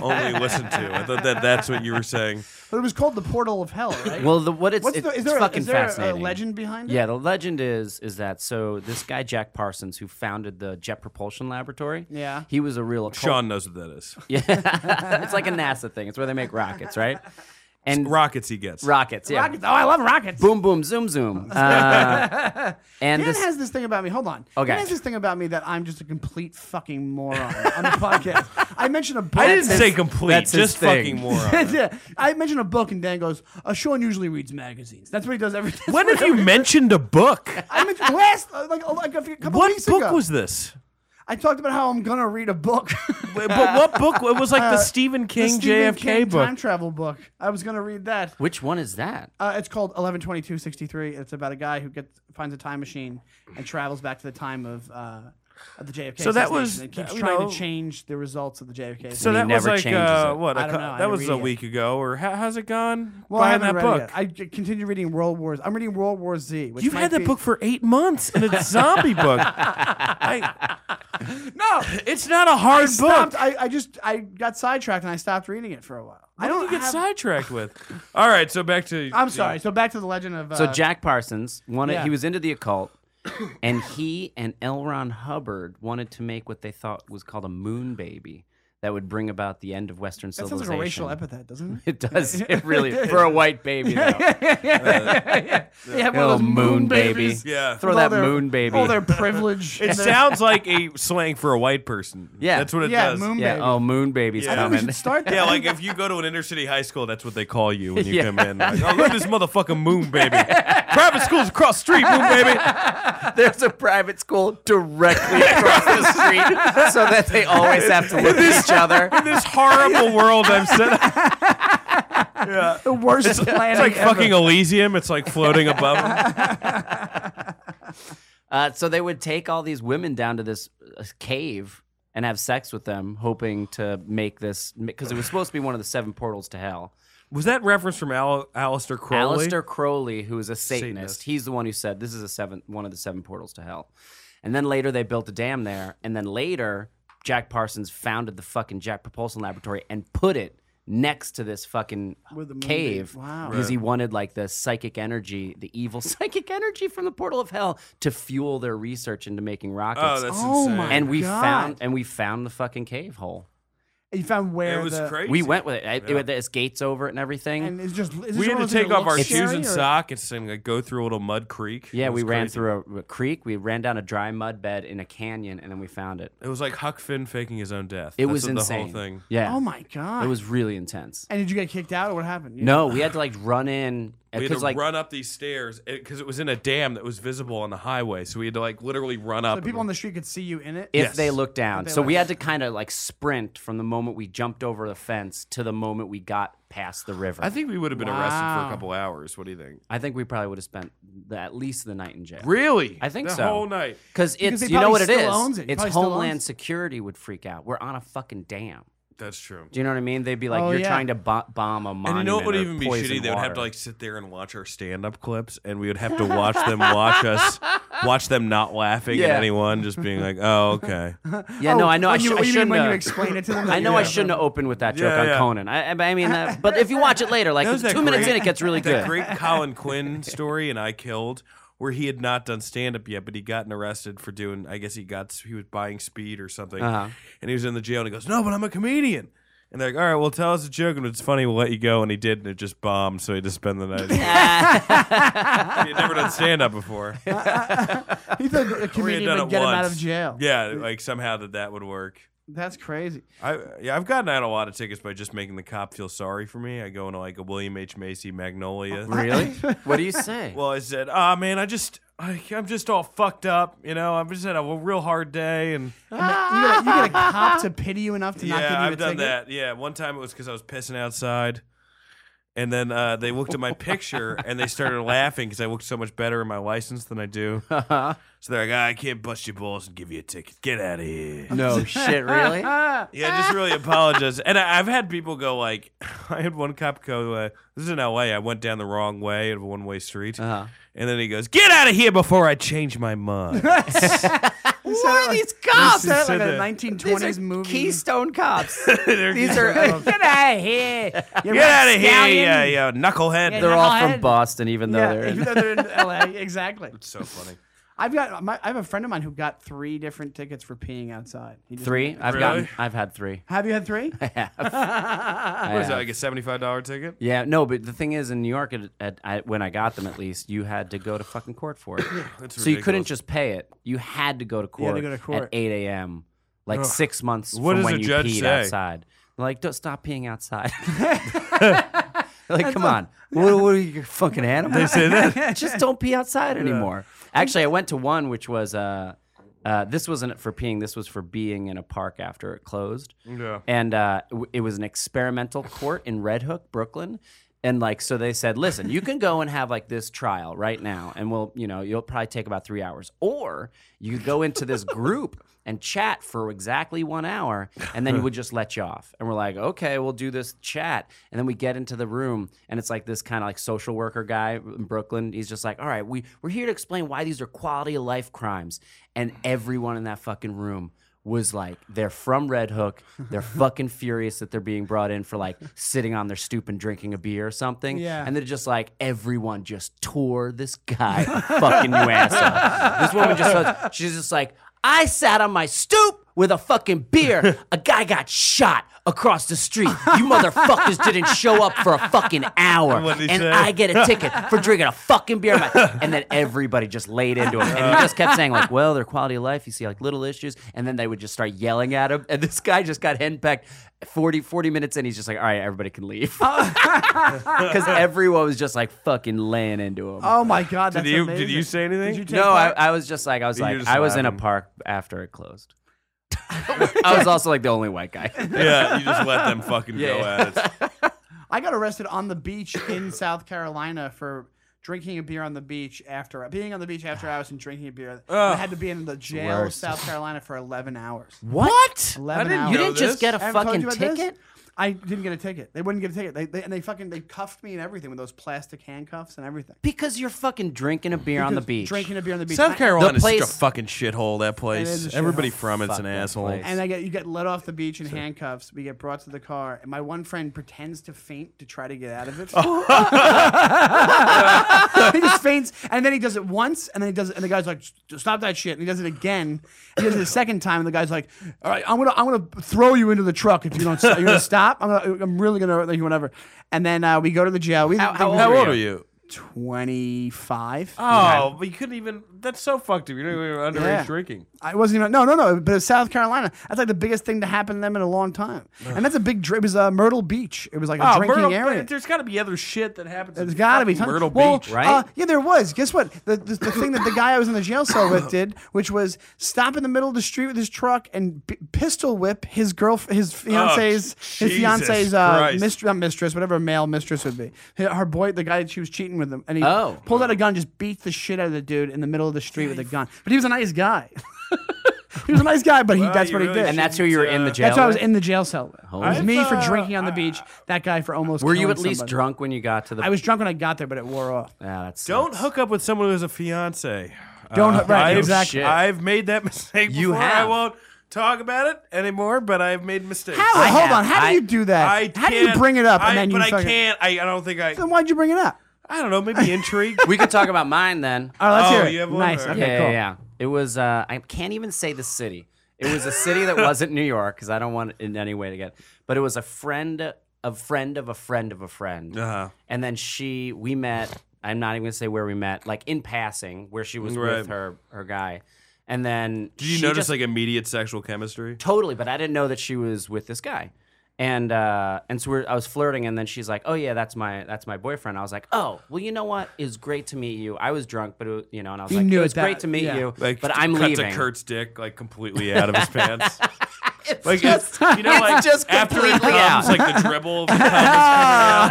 [SPEAKER 3] only listen to? I thought that that's what you were saying.
[SPEAKER 1] But it was called the Portal of Hell, right?
[SPEAKER 2] Well, the, what it's,
[SPEAKER 1] What's
[SPEAKER 2] it's
[SPEAKER 1] the, is there, a,
[SPEAKER 2] fucking
[SPEAKER 1] is there a
[SPEAKER 2] fascinating.
[SPEAKER 1] legend behind it?
[SPEAKER 2] Yeah, the legend is is that so this guy Jack Parsons who founded the Jet Propulsion Laboratory.
[SPEAKER 1] Yeah.
[SPEAKER 2] he was a real occult.
[SPEAKER 3] Sean knows what that is.
[SPEAKER 2] Yeah, it's like a NASA thing. It's where they make rockets, right? And
[SPEAKER 3] Rockets he gets.
[SPEAKER 2] rockets, yeah.
[SPEAKER 1] Rockets. Oh, I love rockets.
[SPEAKER 2] Boom, boom, zoom, zoom. Uh, and
[SPEAKER 1] Dan
[SPEAKER 2] this,
[SPEAKER 1] has this thing about me. Hold on.
[SPEAKER 2] Okay.
[SPEAKER 1] Dan has this thing about me that I'm just a complete fucking moron on the podcast. I mentioned a book.
[SPEAKER 3] I didn't
[SPEAKER 2] his-
[SPEAKER 3] say complete.
[SPEAKER 2] that's his
[SPEAKER 3] just
[SPEAKER 2] thing.
[SPEAKER 3] fucking moron.
[SPEAKER 1] yeah, I mentioned a book, and Dan goes, uh, "Sean usually reads magazines. That's what he does every day."
[SPEAKER 3] When have you mentioned a book?
[SPEAKER 1] I mentioned last, uh, like, uh, like a few- couple
[SPEAKER 3] What
[SPEAKER 1] weeks
[SPEAKER 3] book
[SPEAKER 1] ago.
[SPEAKER 3] was this?
[SPEAKER 1] I talked about how I'm gonna read a book, The
[SPEAKER 3] But what book? It was like the Stephen King
[SPEAKER 1] Uh, Stephen
[SPEAKER 3] JFK
[SPEAKER 1] King
[SPEAKER 3] book.
[SPEAKER 1] time travel book. I was gonna read that.
[SPEAKER 2] which one is that?
[SPEAKER 1] Uh, it's called 112263. It's about a guy who gets finds a time machine and travels back to the time of. Uh, of the JFK.
[SPEAKER 3] So that
[SPEAKER 1] assassination
[SPEAKER 3] was, uh,
[SPEAKER 1] and keeps
[SPEAKER 3] you
[SPEAKER 1] trying
[SPEAKER 3] know-
[SPEAKER 1] to change the results of the JFK.
[SPEAKER 3] so
[SPEAKER 2] And he
[SPEAKER 3] that was
[SPEAKER 2] never
[SPEAKER 3] like
[SPEAKER 2] changes
[SPEAKER 3] uh,
[SPEAKER 2] it.
[SPEAKER 3] what? a
[SPEAKER 1] I don't
[SPEAKER 3] cou-
[SPEAKER 1] know. I
[SPEAKER 3] That
[SPEAKER 1] didn't
[SPEAKER 3] was
[SPEAKER 1] read
[SPEAKER 3] a
[SPEAKER 1] it yet.
[SPEAKER 3] week ago, or how, how's it gone?
[SPEAKER 1] Well, I
[SPEAKER 3] buying
[SPEAKER 1] haven't
[SPEAKER 3] that
[SPEAKER 1] read
[SPEAKER 3] book.
[SPEAKER 1] It yet. I j- continued reading World Wars. I'm reading World War Z. Which
[SPEAKER 3] You've
[SPEAKER 1] might
[SPEAKER 3] had that
[SPEAKER 1] be-
[SPEAKER 3] book for eight months, and it's a zombie book. I,
[SPEAKER 1] No,
[SPEAKER 3] it's not a hard
[SPEAKER 1] I
[SPEAKER 3] book.
[SPEAKER 1] stopped. I, I just I got sidetracked and I stopped reading it for a while. I
[SPEAKER 3] I
[SPEAKER 1] don't
[SPEAKER 3] don't get
[SPEAKER 1] have-
[SPEAKER 3] sidetracked with. All right, so back to.
[SPEAKER 1] I'm sorry. So back to the legend of. Uh,
[SPEAKER 2] So Jack Parsons wanted
[SPEAKER 1] yeah.
[SPEAKER 2] he was into the occult, and he and L. Ron Hubbard wanted to make what they thought was called a moon baby. that would bring about the end of Western
[SPEAKER 1] That sounds
[SPEAKER 2] civilization.
[SPEAKER 1] like a racial epithet, doesn't it?
[SPEAKER 2] It does. It really for a white baby though.
[SPEAKER 1] They have
[SPEAKER 2] Oh, moon baby.
[SPEAKER 1] babies
[SPEAKER 3] Yeah.
[SPEAKER 2] Throw
[SPEAKER 1] with all
[SPEAKER 2] that moon baby.
[SPEAKER 1] All their privilege.
[SPEAKER 3] It
[SPEAKER 1] and their-
[SPEAKER 3] sounds like a slang for a white person.
[SPEAKER 2] Yeah.
[SPEAKER 3] That's what it
[SPEAKER 1] Yeah,
[SPEAKER 3] does.
[SPEAKER 1] moon
[SPEAKER 2] yeah.
[SPEAKER 1] baby.
[SPEAKER 2] Oh, moon baby's
[SPEAKER 3] Yeah.
[SPEAKER 1] I think we
[SPEAKER 2] coming.
[SPEAKER 1] should start that.
[SPEAKER 3] Yeah, like if you go to an inner city high school, that's what they call you when you
[SPEAKER 2] Yeah.
[SPEAKER 3] come in. Like, oh, look at this motherfucking moon baby. Private school's across the street, moon baby.
[SPEAKER 2] There's a private school directly across the street, so that they always have to look at each other.
[SPEAKER 3] This horrible world I've set up. Yeah.
[SPEAKER 1] the worst
[SPEAKER 3] It's, it's
[SPEAKER 1] planet
[SPEAKER 3] like
[SPEAKER 1] ever.
[SPEAKER 3] fucking Elysium. It's like floating above. 'em.
[SPEAKER 2] Uh, so they would take all these women down to this uh, cave and have sex with them, hoping to make this because it was supposed to be one of the seven portals to hell.
[SPEAKER 3] Was that reference from Al- Alistair Crowley?
[SPEAKER 2] Alistair Crowley, who is a Satanist,
[SPEAKER 3] Satanist.
[SPEAKER 2] he's the one who said this is a seven, one of the seven portals to hell. And then later they built a dam there, and then later Jack Parsons founded the fucking Jack Propulsion Laboratory and put it next to this fucking
[SPEAKER 1] Where the moon
[SPEAKER 2] cave
[SPEAKER 1] is. Wow.
[SPEAKER 2] because he wanted like the psychic energy, the evil psychic energy from the portal of hell to fuel their research into making rockets.
[SPEAKER 3] Oh, that's
[SPEAKER 1] Oh
[SPEAKER 3] insane.
[SPEAKER 1] my
[SPEAKER 2] and we
[SPEAKER 1] God.
[SPEAKER 2] found and we found the fucking cave hole.
[SPEAKER 1] You found where
[SPEAKER 3] It was
[SPEAKER 1] the,
[SPEAKER 3] crazy.
[SPEAKER 2] We went with it. I- it had its gates over it and everything.
[SPEAKER 1] And it's just is
[SPEAKER 3] We
[SPEAKER 1] this
[SPEAKER 3] had
[SPEAKER 1] one
[SPEAKER 3] to
[SPEAKER 1] of those that
[SPEAKER 3] take off
[SPEAKER 1] looks
[SPEAKER 3] our shoes
[SPEAKER 1] scary,
[SPEAKER 3] and
[SPEAKER 1] or-
[SPEAKER 3] sockets and like, go through a little mud creek.
[SPEAKER 2] Yeah,
[SPEAKER 3] It was
[SPEAKER 2] we ran
[SPEAKER 3] crazy.
[SPEAKER 2] through a, a creek. We ran down a dry mud bed in a canyon, and then we found it.
[SPEAKER 3] It was like Huck Finn faking his own death.
[SPEAKER 2] It
[SPEAKER 3] That's
[SPEAKER 2] was
[SPEAKER 3] what
[SPEAKER 2] insane.
[SPEAKER 3] The whole thing.
[SPEAKER 2] Yeah,
[SPEAKER 1] Oh my god!
[SPEAKER 2] it was really intense.
[SPEAKER 1] And did you get kicked out or what happened? You-
[SPEAKER 2] No, we had to like run in
[SPEAKER 3] We had
[SPEAKER 2] because
[SPEAKER 3] to
[SPEAKER 2] like
[SPEAKER 3] run up these stairs because it was in a dam that was visible on the highway, so we had to like literally run up.
[SPEAKER 1] The people on the street could see you in it.
[SPEAKER 2] if
[SPEAKER 3] Yes.
[SPEAKER 2] they looked down,
[SPEAKER 1] They
[SPEAKER 2] so we had
[SPEAKER 1] looked-
[SPEAKER 2] to kind of like sprint from the moment we jumped over the fence to the moment we got past the river. I
[SPEAKER 3] I think we would have been arrested for a
[SPEAKER 1] Wow.
[SPEAKER 3] couple hours. What do you think?
[SPEAKER 2] think we probably would have spent the, at least the night in jail.
[SPEAKER 3] Really?
[SPEAKER 1] Oh,
[SPEAKER 2] I think
[SPEAKER 3] the
[SPEAKER 2] so.
[SPEAKER 3] whole night.
[SPEAKER 2] Cause it's
[SPEAKER 1] he
[SPEAKER 2] you know
[SPEAKER 1] probably
[SPEAKER 2] what it
[SPEAKER 1] still
[SPEAKER 2] is.
[SPEAKER 1] owns it. He
[SPEAKER 2] It's
[SPEAKER 1] probably still owns
[SPEAKER 2] Homeland
[SPEAKER 1] it.
[SPEAKER 2] Security would freak out. We're on a fucking dam.
[SPEAKER 3] That's true.
[SPEAKER 2] Do you know what I mean? They'd be like,
[SPEAKER 1] Oh,
[SPEAKER 2] "You're
[SPEAKER 1] yeah.
[SPEAKER 2] trying to bo- bomb a monument."
[SPEAKER 3] And you know what would
[SPEAKER 2] or
[SPEAKER 3] even be
[SPEAKER 2] poison
[SPEAKER 3] shitty? They would have
[SPEAKER 2] water.
[SPEAKER 3] to like sit there and watch our stand-up clips, and we would have to watch them watch us, watch them not laughing at
[SPEAKER 2] Yeah.
[SPEAKER 3] anyone, just being like, "Oh, okay."
[SPEAKER 2] Yeah, no,
[SPEAKER 1] Oh,
[SPEAKER 2] I know. I,
[SPEAKER 1] when
[SPEAKER 2] sh-
[SPEAKER 1] you-
[SPEAKER 2] I
[SPEAKER 1] you mean
[SPEAKER 2] shouldn't.
[SPEAKER 1] when you
[SPEAKER 2] have-
[SPEAKER 1] explain it to them that
[SPEAKER 2] I know
[SPEAKER 1] you-
[SPEAKER 2] I
[SPEAKER 1] Yeah.
[SPEAKER 2] shouldn't have opened with that joke
[SPEAKER 3] Yeah,
[SPEAKER 2] on
[SPEAKER 3] yeah.
[SPEAKER 2] Conan. I, I- I mean, uh, but if you watch it later, like
[SPEAKER 3] That was that
[SPEAKER 2] two minutes in,
[SPEAKER 3] great-
[SPEAKER 2] it gets really
[SPEAKER 3] that
[SPEAKER 2] good.
[SPEAKER 3] great Colin Quinn story and I killed where he had not done stand up yet, but he gotten arrested for doing I guess he got he was buying speed or something.
[SPEAKER 2] Uh-huh.
[SPEAKER 3] And he was in the jail and he goes, No, but I'm a comedian. And they're like, All right, well tell us a joke and if it's funny, we'll let you go. And he did and it just bombed, so he just spent the night. he had never done stand up before.
[SPEAKER 1] he thought a
[SPEAKER 3] Or he had
[SPEAKER 1] comedian
[SPEAKER 3] done
[SPEAKER 1] would
[SPEAKER 3] it
[SPEAKER 1] get him out of
[SPEAKER 3] once.
[SPEAKER 1] jail.
[SPEAKER 3] Yeah, like somehow that that would work.
[SPEAKER 1] That's crazy.
[SPEAKER 3] I yeah, I've gotten out a lot of tickets by just making the cop feel sorry for me. I go into like a William H Macy Magnolia.
[SPEAKER 2] really? What do you say?
[SPEAKER 3] Well, I said, ah, man, I just, I, I'm just all fucked up. You know, I've just had a real hard day. And
[SPEAKER 1] You get, a, you get a cop to pity you enough to not give you
[SPEAKER 3] yeah,
[SPEAKER 1] a
[SPEAKER 3] I've done
[SPEAKER 1] ticket?
[SPEAKER 3] that. Yeah. One time it was because I was pissing outside. And then uh, they looked at my picture and they started laughing because I looked so much better in my license than I do.
[SPEAKER 1] Uh-huh.
[SPEAKER 3] So they're like, ah, I can't bust your balls and give you a ticket. Get out of here.
[SPEAKER 2] no shit, really?
[SPEAKER 3] Yeah, I just really apologize. And I, I've had people go like, I had one cop go, uh, "This is in L.A. I went down the wrong way of a one-way street,"
[SPEAKER 2] Uh-huh.
[SPEAKER 3] and then he goes, "Get out of here before I change my mind."
[SPEAKER 2] What are these
[SPEAKER 1] He
[SPEAKER 2] cops?
[SPEAKER 1] said it like
[SPEAKER 3] said
[SPEAKER 1] a
[SPEAKER 3] that.
[SPEAKER 1] 1920s movie.
[SPEAKER 2] Keystone cops.
[SPEAKER 3] They're
[SPEAKER 2] These
[SPEAKER 3] just-
[SPEAKER 2] are uh, get out of here.
[SPEAKER 1] You're
[SPEAKER 3] Get
[SPEAKER 1] right,
[SPEAKER 3] out of here,
[SPEAKER 1] stallion.
[SPEAKER 3] you, you knucklehead.
[SPEAKER 1] Yeah,
[SPEAKER 2] They're all
[SPEAKER 1] Knucklehead.
[SPEAKER 2] from Boston, even though
[SPEAKER 1] Yeah,
[SPEAKER 2] they're.
[SPEAKER 1] even
[SPEAKER 2] In,
[SPEAKER 1] though they're in LA. Exactly.
[SPEAKER 3] so funny.
[SPEAKER 1] I've got. My, I have a friend of mine who got three different tickets for peeing outside. He just-
[SPEAKER 2] three. I've
[SPEAKER 3] Really?
[SPEAKER 2] gotten. I've had three.
[SPEAKER 1] Have you had three?
[SPEAKER 2] I
[SPEAKER 3] What is that,
[SPEAKER 2] have.
[SPEAKER 3] like a seventy-five dollar ticket?
[SPEAKER 2] Yeah, no, but the thing is, in New York, at, at, I when I got them, at least you had to go to fucking court for it.
[SPEAKER 3] That's
[SPEAKER 2] so you couldn't
[SPEAKER 3] ridiculous.
[SPEAKER 2] just pay it. You had to go to
[SPEAKER 1] had
[SPEAKER 2] court,
[SPEAKER 1] to go to
[SPEAKER 2] at
[SPEAKER 1] court.
[SPEAKER 2] 8 a.m. Like six months from
[SPEAKER 3] What does
[SPEAKER 2] when
[SPEAKER 3] the
[SPEAKER 2] you
[SPEAKER 3] judge
[SPEAKER 2] peed
[SPEAKER 3] say?
[SPEAKER 2] outside. They're like, don't stop peeing outside. like, come on, what, what are you you're fucking animal? They say that. just don't pee outside anymore. Actually, I went to one which was uh, uh, this wasn't for peeing. This was for being in a park after it closed.
[SPEAKER 3] Yeah.
[SPEAKER 2] And uh, w- it was an experimental court in Red Hook, Brooklyn. And like, so they said, listen, you can go and have like this trial right now, and we'll, you know, you'll probably take about three hours. Or you could go into this group and chat for exactly one hour, and then you would just let you off. And we're like, okay, we'll do this chat. And then we get into the room, and it's like this kind of like social worker guy in Brooklyn. He's just like, all right, we, we're here to explain why these are quality of life crimes. And everyone in that fucking room was like they're from Red Hook. They're fucking furious that they're being brought in for like sitting on their stoop and drinking a beer or something.
[SPEAKER 1] Yeah.
[SPEAKER 2] And they're just like everyone just tore this guy fucking new ass up. This woman just goes, she's just like I sat on my stoop with a fucking beer, a guy got shot across the street. You motherfuckers didn't show up for a fucking hour.
[SPEAKER 3] What'd he
[SPEAKER 2] and
[SPEAKER 3] say?
[SPEAKER 2] I get a ticket for drinking a fucking beer. I'm like- And then everybody just laid into him. And he just kept saying, like, well, their quality of life, you see, like little issues. And then they would just start yelling at him. And this guy just got henpecked 40, 40 minutes in. He's just like, all right, everybody can leave. Because everyone was just like fucking laying into him.
[SPEAKER 1] Oh my god,
[SPEAKER 3] Did
[SPEAKER 1] that's
[SPEAKER 3] you
[SPEAKER 1] amazing.
[SPEAKER 3] did you say anything?
[SPEAKER 1] Did you take
[SPEAKER 2] No, I,
[SPEAKER 1] part?
[SPEAKER 2] I was just like I was
[SPEAKER 3] You
[SPEAKER 2] like
[SPEAKER 3] just
[SPEAKER 2] I was in a
[SPEAKER 3] laughing.
[SPEAKER 2] park after it closed. I was also like the only white guy.
[SPEAKER 3] yeah, you just let them fucking go
[SPEAKER 2] Yeah.
[SPEAKER 3] at it.
[SPEAKER 1] I got arrested on the beach in South Carolina for drinking a beer on the beach after being on the beach after hours and drinking a beer. And I
[SPEAKER 3] Ugh.
[SPEAKER 1] had to be in the jail of
[SPEAKER 2] worst.
[SPEAKER 1] South Carolina for 11 hours.
[SPEAKER 2] What?
[SPEAKER 1] 11
[SPEAKER 3] didn't
[SPEAKER 1] hours.
[SPEAKER 2] You
[SPEAKER 3] know
[SPEAKER 2] didn't just
[SPEAKER 3] this?
[SPEAKER 2] get a
[SPEAKER 1] I haven't told
[SPEAKER 2] fucking
[SPEAKER 1] you about this?
[SPEAKER 2] ticket?
[SPEAKER 1] I didn't get a ticket. They wouldn't get a ticket. They, they and they fucking they cuffed me and everything with those plastic handcuffs and everything.
[SPEAKER 2] Because you're fucking drinking a beer on the
[SPEAKER 1] Because
[SPEAKER 2] beach.
[SPEAKER 1] drinking a beer on the beach.
[SPEAKER 3] South
[SPEAKER 1] I-
[SPEAKER 3] Carolina is such a
[SPEAKER 2] place-
[SPEAKER 3] fucking shithole. That
[SPEAKER 1] is a
[SPEAKER 3] place.
[SPEAKER 1] shithole.
[SPEAKER 3] Everybody from it's
[SPEAKER 2] Fuck
[SPEAKER 3] an
[SPEAKER 2] that
[SPEAKER 3] asshole.
[SPEAKER 2] place.
[SPEAKER 1] And I get you get let off the beach in handcuffs. We get brought to the car, and my one friend pretends to faint to try to get out of it. he just faints, and then he does it once, and then he does it, and the guy's like, "St- "Stop that shit!" And he does it again. He does it a second time, and the guy's like, "All right, I'm gonna I'm gonna throw you into the truck if you don't stop. You're gonna stop. I'm gonna, I'm really gonna like whatever." And then uh, we go to the jail. We
[SPEAKER 2] how
[SPEAKER 3] How
[SPEAKER 2] Who are
[SPEAKER 3] old
[SPEAKER 2] you?
[SPEAKER 3] are you?
[SPEAKER 1] Twenty five.
[SPEAKER 3] Oh, but you couldn't even. That's so fucked up. You're not even underage
[SPEAKER 1] Yeah.
[SPEAKER 3] drinking.
[SPEAKER 1] I wasn't even no no no, but it's South Carolina. That's like the biggest thing to happen to them in a long time, and that's a big. dr- It was uh, Myrtle Beach. It was like a drinking
[SPEAKER 3] Oh, Myrtle,
[SPEAKER 1] area.
[SPEAKER 3] but There's got to be other shit that happens.
[SPEAKER 1] There's
[SPEAKER 3] in
[SPEAKER 1] got to be
[SPEAKER 3] fucking
[SPEAKER 1] tons.
[SPEAKER 3] Myrtle
[SPEAKER 1] well,
[SPEAKER 3] Beach.
[SPEAKER 2] right?
[SPEAKER 1] uh, yeah, there was. Guess what? The, the, the thing that the guy I was in the jail cell with did, which was stop in the middle of the street with his truck and p- pistol whip his girl, his fiance's, his
[SPEAKER 3] Oh, Jesus
[SPEAKER 1] fiance's uh,
[SPEAKER 3] Christ.
[SPEAKER 1] mistress, not mistress, whatever male mistress would be. Her her boy, the guy that she was cheating with him, and he
[SPEAKER 2] Oh.
[SPEAKER 1] pulled out a gun, just beat the shit out of the dude in the middle of the street with a gun. But he was a nice guy. he was a nice guy, but he,
[SPEAKER 3] Well,
[SPEAKER 1] that's
[SPEAKER 3] Oh, you
[SPEAKER 1] what he
[SPEAKER 3] really uh,
[SPEAKER 1] did.
[SPEAKER 2] and that's who you were in the jail.
[SPEAKER 1] That's why I was
[SPEAKER 2] with?
[SPEAKER 1] in the jail cell. With. It was
[SPEAKER 3] I've,
[SPEAKER 1] me for
[SPEAKER 3] uh,
[SPEAKER 1] drinking on the beach. That guy for almost.
[SPEAKER 2] Were you
[SPEAKER 1] killing
[SPEAKER 2] at least
[SPEAKER 1] somebody.
[SPEAKER 2] drunk when you got to the?
[SPEAKER 1] I was drunk when I got there, but it wore off.
[SPEAKER 2] Ah, that's
[SPEAKER 3] Don't hook up with someone who has a fiance. Uh,
[SPEAKER 1] Don't- right,
[SPEAKER 3] I've,
[SPEAKER 1] exactly.
[SPEAKER 2] Shit.
[SPEAKER 3] I've made that mistake.
[SPEAKER 2] You
[SPEAKER 3] before. I
[SPEAKER 2] have.
[SPEAKER 3] won't talk about it anymore. But I've made mistakes.
[SPEAKER 1] How?
[SPEAKER 2] I
[SPEAKER 1] hold
[SPEAKER 2] have-
[SPEAKER 1] on. How
[SPEAKER 2] I-
[SPEAKER 1] do you do that?
[SPEAKER 3] I
[SPEAKER 1] how do you
[SPEAKER 3] can't-
[SPEAKER 1] bring it up
[SPEAKER 3] I-
[SPEAKER 1] and then you
[SPEAKER 3] but I
[SPEAKER 1] fucking-
[SPEAKER 3] can't. I, I don't think I.
[SPEAKER 1] Then why'd you bring it up?
[SPEAKER 3] I don't know. Maybe intrigue.
[SPEAKER 2] We could talk about mine then.
[SPEAKER 1] All right, let's
[SPEAKER 3] Oh,
[SPEAKER 1] hear it.
[SPEAKER 3] you have one
[SPEAKER 1] nice.
[SPEAKER 3] there.
[SPEAKER 1] Okay,
[SPEAKER 2] yeah, yeah,
[SPEAKER 1] cool.
[SPEAKER 2] yeah. It was. Uh, I can't even say the city. It was a city that wasn't New York because I don't want in any way to get. But it was a friend, a friend of a friend of a friend.
[SPEAKER 3] Uh-huh.
[SPEAKER 2] And then she, we met. I'm not even gonna say where we met. Like in passing, where she was
[SPEAKER 3] Right.
[SPEAKER 2] with her her guy. And then
[SPEAKER 3] Did you
[SPEAKER 2] she
[SPEAKER 3] notice
[SPEAKER 2] just-
[SPEAKER 3] like immediate sexual chemistry?
[SPEAKER 2] totally but i didn't know that she was with this guy and uh and so we're, i was flirting and then she's like oh yeah that's my that's my boyfriend i was like oh well you know what it's great to meet you i was drunk but it, was- you know and i was
[SPEAKER 1] You
[SPEAKER 2] like
[SPEAKER 1] knew
[SPEAKER 2] it was
[SPEAKER 1] that-
[SPEAKER 2] great to meet
[SPEAKER 1] yeah.
[SPEAKER 2] you
[SPEAKER 3] Like,
[SPEAKER 2] but i'm
[SPEAKER 3] cut
[SPEAKER 2] leaving
[SPEAKER 3] to Kurt's dick like completely out of his pants.
[SPEAKER 2] It's
[SPEAKER 3] Like
[SPEAKER 2] just-
[SPEAKER 3] it's, you know,
[SPEAKER 2] it's
[SPEAKER 3] like
[SPEAKER 2] just
[SPEAKER 3] after it
[SPEAKER 2] completely
[SPEAKER 3] comes,
[SPEAKER 2] out.
[SPEAKER 3] like the dribble. Of the cum is coming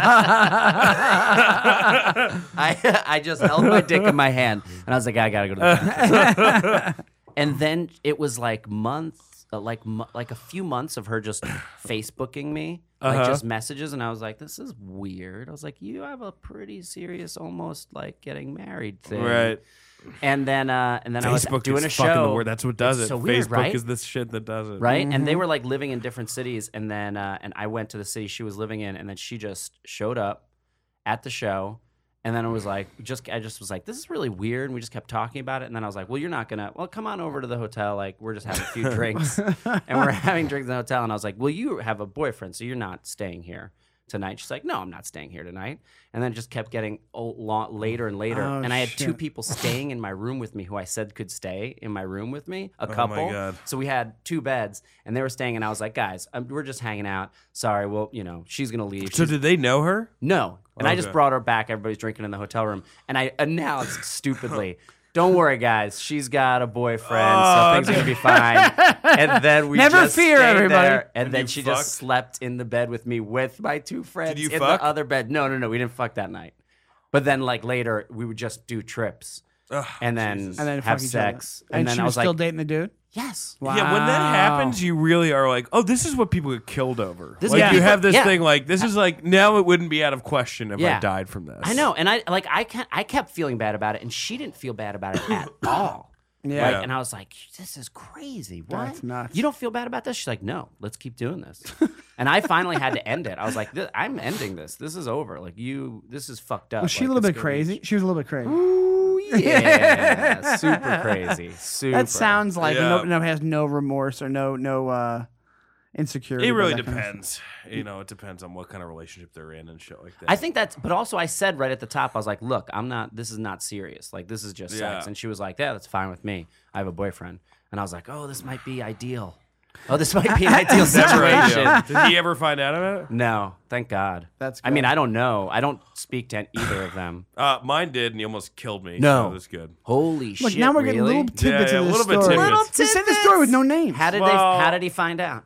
[SPEAKER 3] out.
[SPEAKER 2] I, I just held my dick in my hand and I was like, I gotta go to the bathroom. and then it was like months, uh, like mo- like a few months of her just Facebooking me,
[SPEAKER 1] Uh-huh.
[SPEAKER 2] like just messages, and I was like, this is weird. I was like, you have a pretty serious, almost like getting married thing,
[SPEAKER 3] Right.
[SPEAKER 2] And then uh, and then I was
[SPEAKER 3] Facebook
[SPEAKER 2] doing
[SPEAKER 3] is
[SPEAKER 2] a
[SPEAKER 3] fucking
[SPEAKER 2] show.
[SPEAKER 3] the word. That's what does
[SPEAKER 2] It's
[SPEAKER 3] it.
[SPEAKER 2] So weird,
[SPEAKER 3] Facebook
[SPEAKER 2] right?
[SPEAKER 3] is this shit that does it.
[SPEAKER 2] right? And they were like living in different cities, and then uh, and I went to the city she was living in, and then she just showed up at the show, and then I was like, just I just was like, this is really weird, and we just kept talking about it, and then I was like, well, you're not gonna, well, come on over to the hotel, like we're just having a few drinks, and we're having drinks in the hotel, and I was like, well, you have a boyfriend, so you're not staying here. Tonight, she's like, "No, I'm not staying here tonight." And then it just kept getting old, long, later and later.
[SPEAKER 1] Oh,
[SPEAKER 2] and I had two
[SPEAKER 1] shit.
[SPEAKER 2] people staying in my room with me, who I said could stay in my room with me, a
[SPEAKER 3] Oh my
[SPEAKER 2] couple.
[SPEAKER 3] God.
[SPEAKER 2] So we had two beds, and they were staying, and I was like, guys, um we're just hanging out. Sorry, well, you know, she's gonna leave.
[SPEAKER 3] So
[SPEAKER 2] She's-
[SPEAKER 3] did they know her?
[SPEAKER 2] no, and I just
[SPEAKER 3] Okay.
[SPEAKER 2] brought her back. Everybody's drinking in the hotel room, and I announced stupidly. Don't worry, guys. She's got a boyfriend, so
[SPEAKER 3] Oh,
[SPEAKER 2] things are gonna be fine. And then we
[SPEAKER 1] Never
[SPEAKER 2] just
[SPEAKER 1] fear,
[SPEAKER 2] stayed
[SPEAKER 1] everybody.
[SPEAKER 2] there, and
[SPEAKER 3] Did
[SPEAKER 2] then
[SPEAKER 3] you
[SPEAKER 2] she
[SPEAKER 3] fuck?
[SPEAKER 2] just slept in the bed with me with my two friends
[SPEAKER 3] you
[SPEAKER 2] in
[SPEAKER 3] fuck?
[SPEAKER 2] the other bed. No, no, no, we didn't fuck that night. But then, like later, we would just do trips,
[SPEAKER 3] Ugh,
[SPEAKER 2] and then
[SPEAKER 1] And then
[SPEAKER 2] have
[SPEAKER 1] fuck each other.
[SPEAKER 2] sex,
[SPEAKER 1] And,
[SPEAKER 2] then
[SPEAKER 1] she
[SPEAKER 2] I
[SPEAKER 1] was,
[SPEAKER 2] was
[SPEAKER 1] still
[SPEAKER 2] like,
[SPEAKER 1] dating the dude.
[SPEAKER 2] yes,
[SPEAKER 3] Yeah, when that
[SPEAKER 1] Wow.
[SPEAKER 3] happens, you really are like, oh, this is what people get killed over.
[SPEAKER 2] This
[SPEAKER 3] like
[SPEAKER 2] is-
[SPEAKER 3] you have this
[SPEAKER 2] Yeah.
[SPEAKER 3] thing like this is like now it wouldn't be out of question if I
[SPEAKER 2] Yeah.
[SPEAKER 3] died from this.
[SPEAKER 2] I know, and I like I can I kept feeling bad about it, and she didn't feel bad about it at all.
[SPEAKER 1] Yeah.
[SPEAKER 2] Like, and I was like, "This is crazy. What?
[SPEAKER 1] That's nuts.
[SPEAKER 2] You don't feel bad about this?" She's like, "No, let's keep doing this." and I finally had to end it. I was like, "Th- "I'm ending this. This is over. Like you, this is fucked up."
[SPEAKER 1] Was she
[SPEAKER 2] Like,
[SPEAKER 1] a little
[SPEAKER 2] it's
[SPEAKER 1] bit
[SPEAKER 2] gonna be-
[SPEAKER 1] crazy? She was a little bit crazy.
[SPEAKER 2] Ooh, yeah, super crazy. Super.
[SPEAKER 1] That sounds like
[SPEAKER 3] Yeah.
[SPEAKER 1] no, no has no remorse or no no uh insecurity.
[SPEAKER 3] It
[SPEAKER 1] about
[SPEAKER 3] really
[SPEAKER 1] that kind of stuff.
[SPEAKER 3] depends. You know, it depends on what kind of relationship they're in and shit like that.
[SPEAKER 2] I think that's, but also I said right at the top, I was like, look, I'm not, this is not serious. Like, this is just sex.
[SPEAKER 3] Yeah.
[SPEAKER 2] And she was like, yeah, that's fine with me. I have a boyfriend. And I was like, oh, this might be ideal. Oh, this might be an ideal
[SPEAKER 3] Never ideal.
[SPEAKER 2] situation.
[SPEAKER 3] Did he ever find out about it?
[SPEAKER 2] No, thank God.
[SPEAKER 1] That's
[SPEAKER 2] I mean,
[SPEAKER 1] good.
[SPEAKER 2] I don't know. I don't speak to either of them.
[SPEAKER 3] Uh, mine did, and he almost killed me.
[SPEAKER 2] No.
[SPEAKER 3] so that's good.
[SPEAKER 2] Holy
[SPEAKER 1] Look,
[SPEAKER 2] shit!
[SPEAKER 1] now we're getting
[SPEAKER 2] really?
[SPEAKER 1] little tidbits
[SPEAKER 3] yeah,
[SPEAKER 1] of this
[SPEAKER 3] little bit
[SPEAKER 1] story.
[SPEAKER 3] tidbits.
[SPEAKER 1] You said the story with no names.
[SPEAKER 2] How did
[SPEAKER 3] Well-
[SPEAKER 2] they? How did he find out?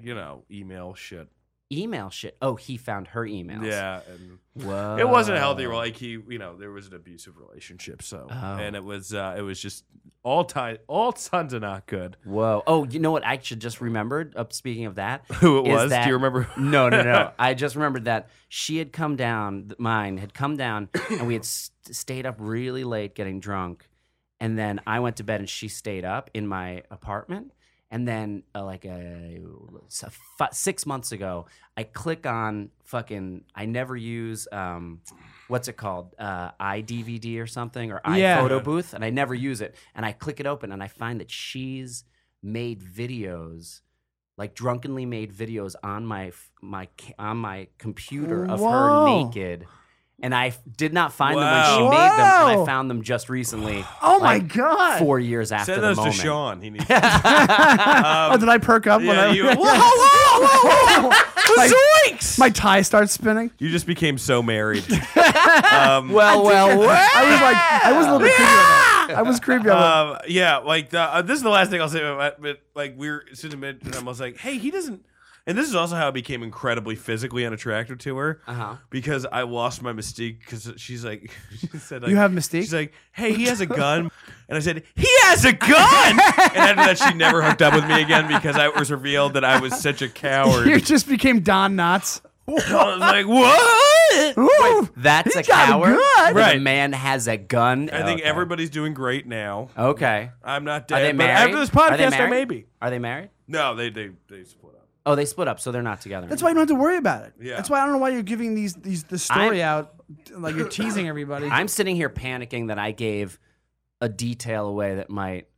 [SPEAKER 3] You know, email shit.
[SPEAKER 2] Email shit. Oh, he found her emails. Uh,
[SPEAKER 3] Yeah, and
[SPEAKER 2] Whoa.
[SPEAKER 3] it wasn't healthy. Like he, you know, there was an abusive relationship. So,
[SPEAKER 2] Oh.
[SPEAKER 3] and it was, uh, it was just all time, all sons are not good.
[SPEAKER 2] Whoa. Oh, you know what? I should just remembered. Uh, speaking of that,
[SPEAKER 3] Who it
[SPEAKER 2] is
[SPEAKER 3] was?
[SPEAKER 2] that-
[SPEAKER 3] Do you remember?
[SPEAKER 2] No, no, no. I just remembered that she had come down. th- Mine had come down, and we had st- stayed up really late getting drunk. And then I went to bed, and she stayed up in my apartment. And then, uh, like a, s- fi- six months ago, I click on fucking. I never use um, what's it called, uh, iDVD or something, or
[SPEAKER 1] Yeah.
[SPEAKER 2] iPhoto booth, and I never use it. And I click it open, and I find that she's made videos like drunkenly made videos on my f- my ca- on my computer of
[SPEAKER 1] Whoa.
[SPEAKER 2] her naked, and I f- did not find them when
[SPEAKER 3] Wow.
[SPEAKER 2] she made them, and
[SPEAKER 1] Whoa.
[SPEAKER 2] I found them just recently.
[SPEAKER 1] Oh my
[SPEAKER 2] like,
[SPEAKER 1] god!
[SPEAKER 2] Four years after
[SPEAKER 3] Send
[SPEAKER 2] the
[SPEAKER 3] those to
[SPEAKER 2] moment.
[SPEAKER 3] Sean. He needs.
[SPEAKER 1] oh, did I perk up when
[SPEAKER 3] yeah,
[SPEAKER 1] I?
[SPEAKER 3] you, whoa, whoa, whoa, whoa.
[SPEAKER 1] my, my tie starts spinning.
[SPEAKER 3] you just became so married. Um,
[SPEAKER 2] Well, Oh, well, well.
[SPEAKER 1] I was like, I was a little bit creepy. on that. I was creepy. on that.
[SPEAKER 3] um, yeah, like the, uh, this is the last thing I'll say. But, but like we we're sitting in bed, and I was like, "Hey, he doesn't." And this is also how I became incredibly physically unattractive to her
[SPEAKER 2] Uh-huh.
[SPEAKER 3] because I lost my mystique. Because she's like, she said, like,
[SPEAKER 1] You have mystique?
[SPEAKER 3] She's like, "Hey, he has a gun," and I said, "He has a gun." and after that, she never hooked up with me again because I it was revealed that I was such a coward.
[SPEAKER 1] You just became Don Knotts.
[SPEAKER 3] I was like, "What?"
[SPEAKER 1] Ooh,
[SPEAKER 2] That's
[SPEAKER 1] he
[SPEAKER 2] a
[SPEAKER 1] got
[SPEAKER 2] coward.
[SPEAKER 1] Good.
[SPEAKER 3] Right.
[SPEAKER 2] The man has a gun.
[SPEAKER 3] I think
[SPEAKER 2] Okay.
[SPEAKER 3] everybody's doing great now.
[SPEAKER 2] Okay.
[SPEAKER 3] I'm not
[SPEAKER 2] Are
[SPEAKER 3] dead.
[SPEAKER 2] they
[SPEAKER 3] but
[SPEAKER 2] married?
[SPEAKER 3] after this
[SPEAKER 2] Are they
[SPEAKER 3] podcast, I
[SPEAKER 2] married?
[SPEAKER 3] may be.
[SPEAKER 2] Are they married?
[SPEAKER 3] No, they they they split up.
[SPEAKER 2] Oh, they split up, so they're not together.
[SPEAKER 1] That's why you don't have to worry about it.
[SPEAKER 3] Yeah.
[SPEAKER 1] That's why I don't know why you're giving these these the story out like you're teasing everybody.
[SPEAKER 2] I'm sitting here panicking that I gave a detail away that might.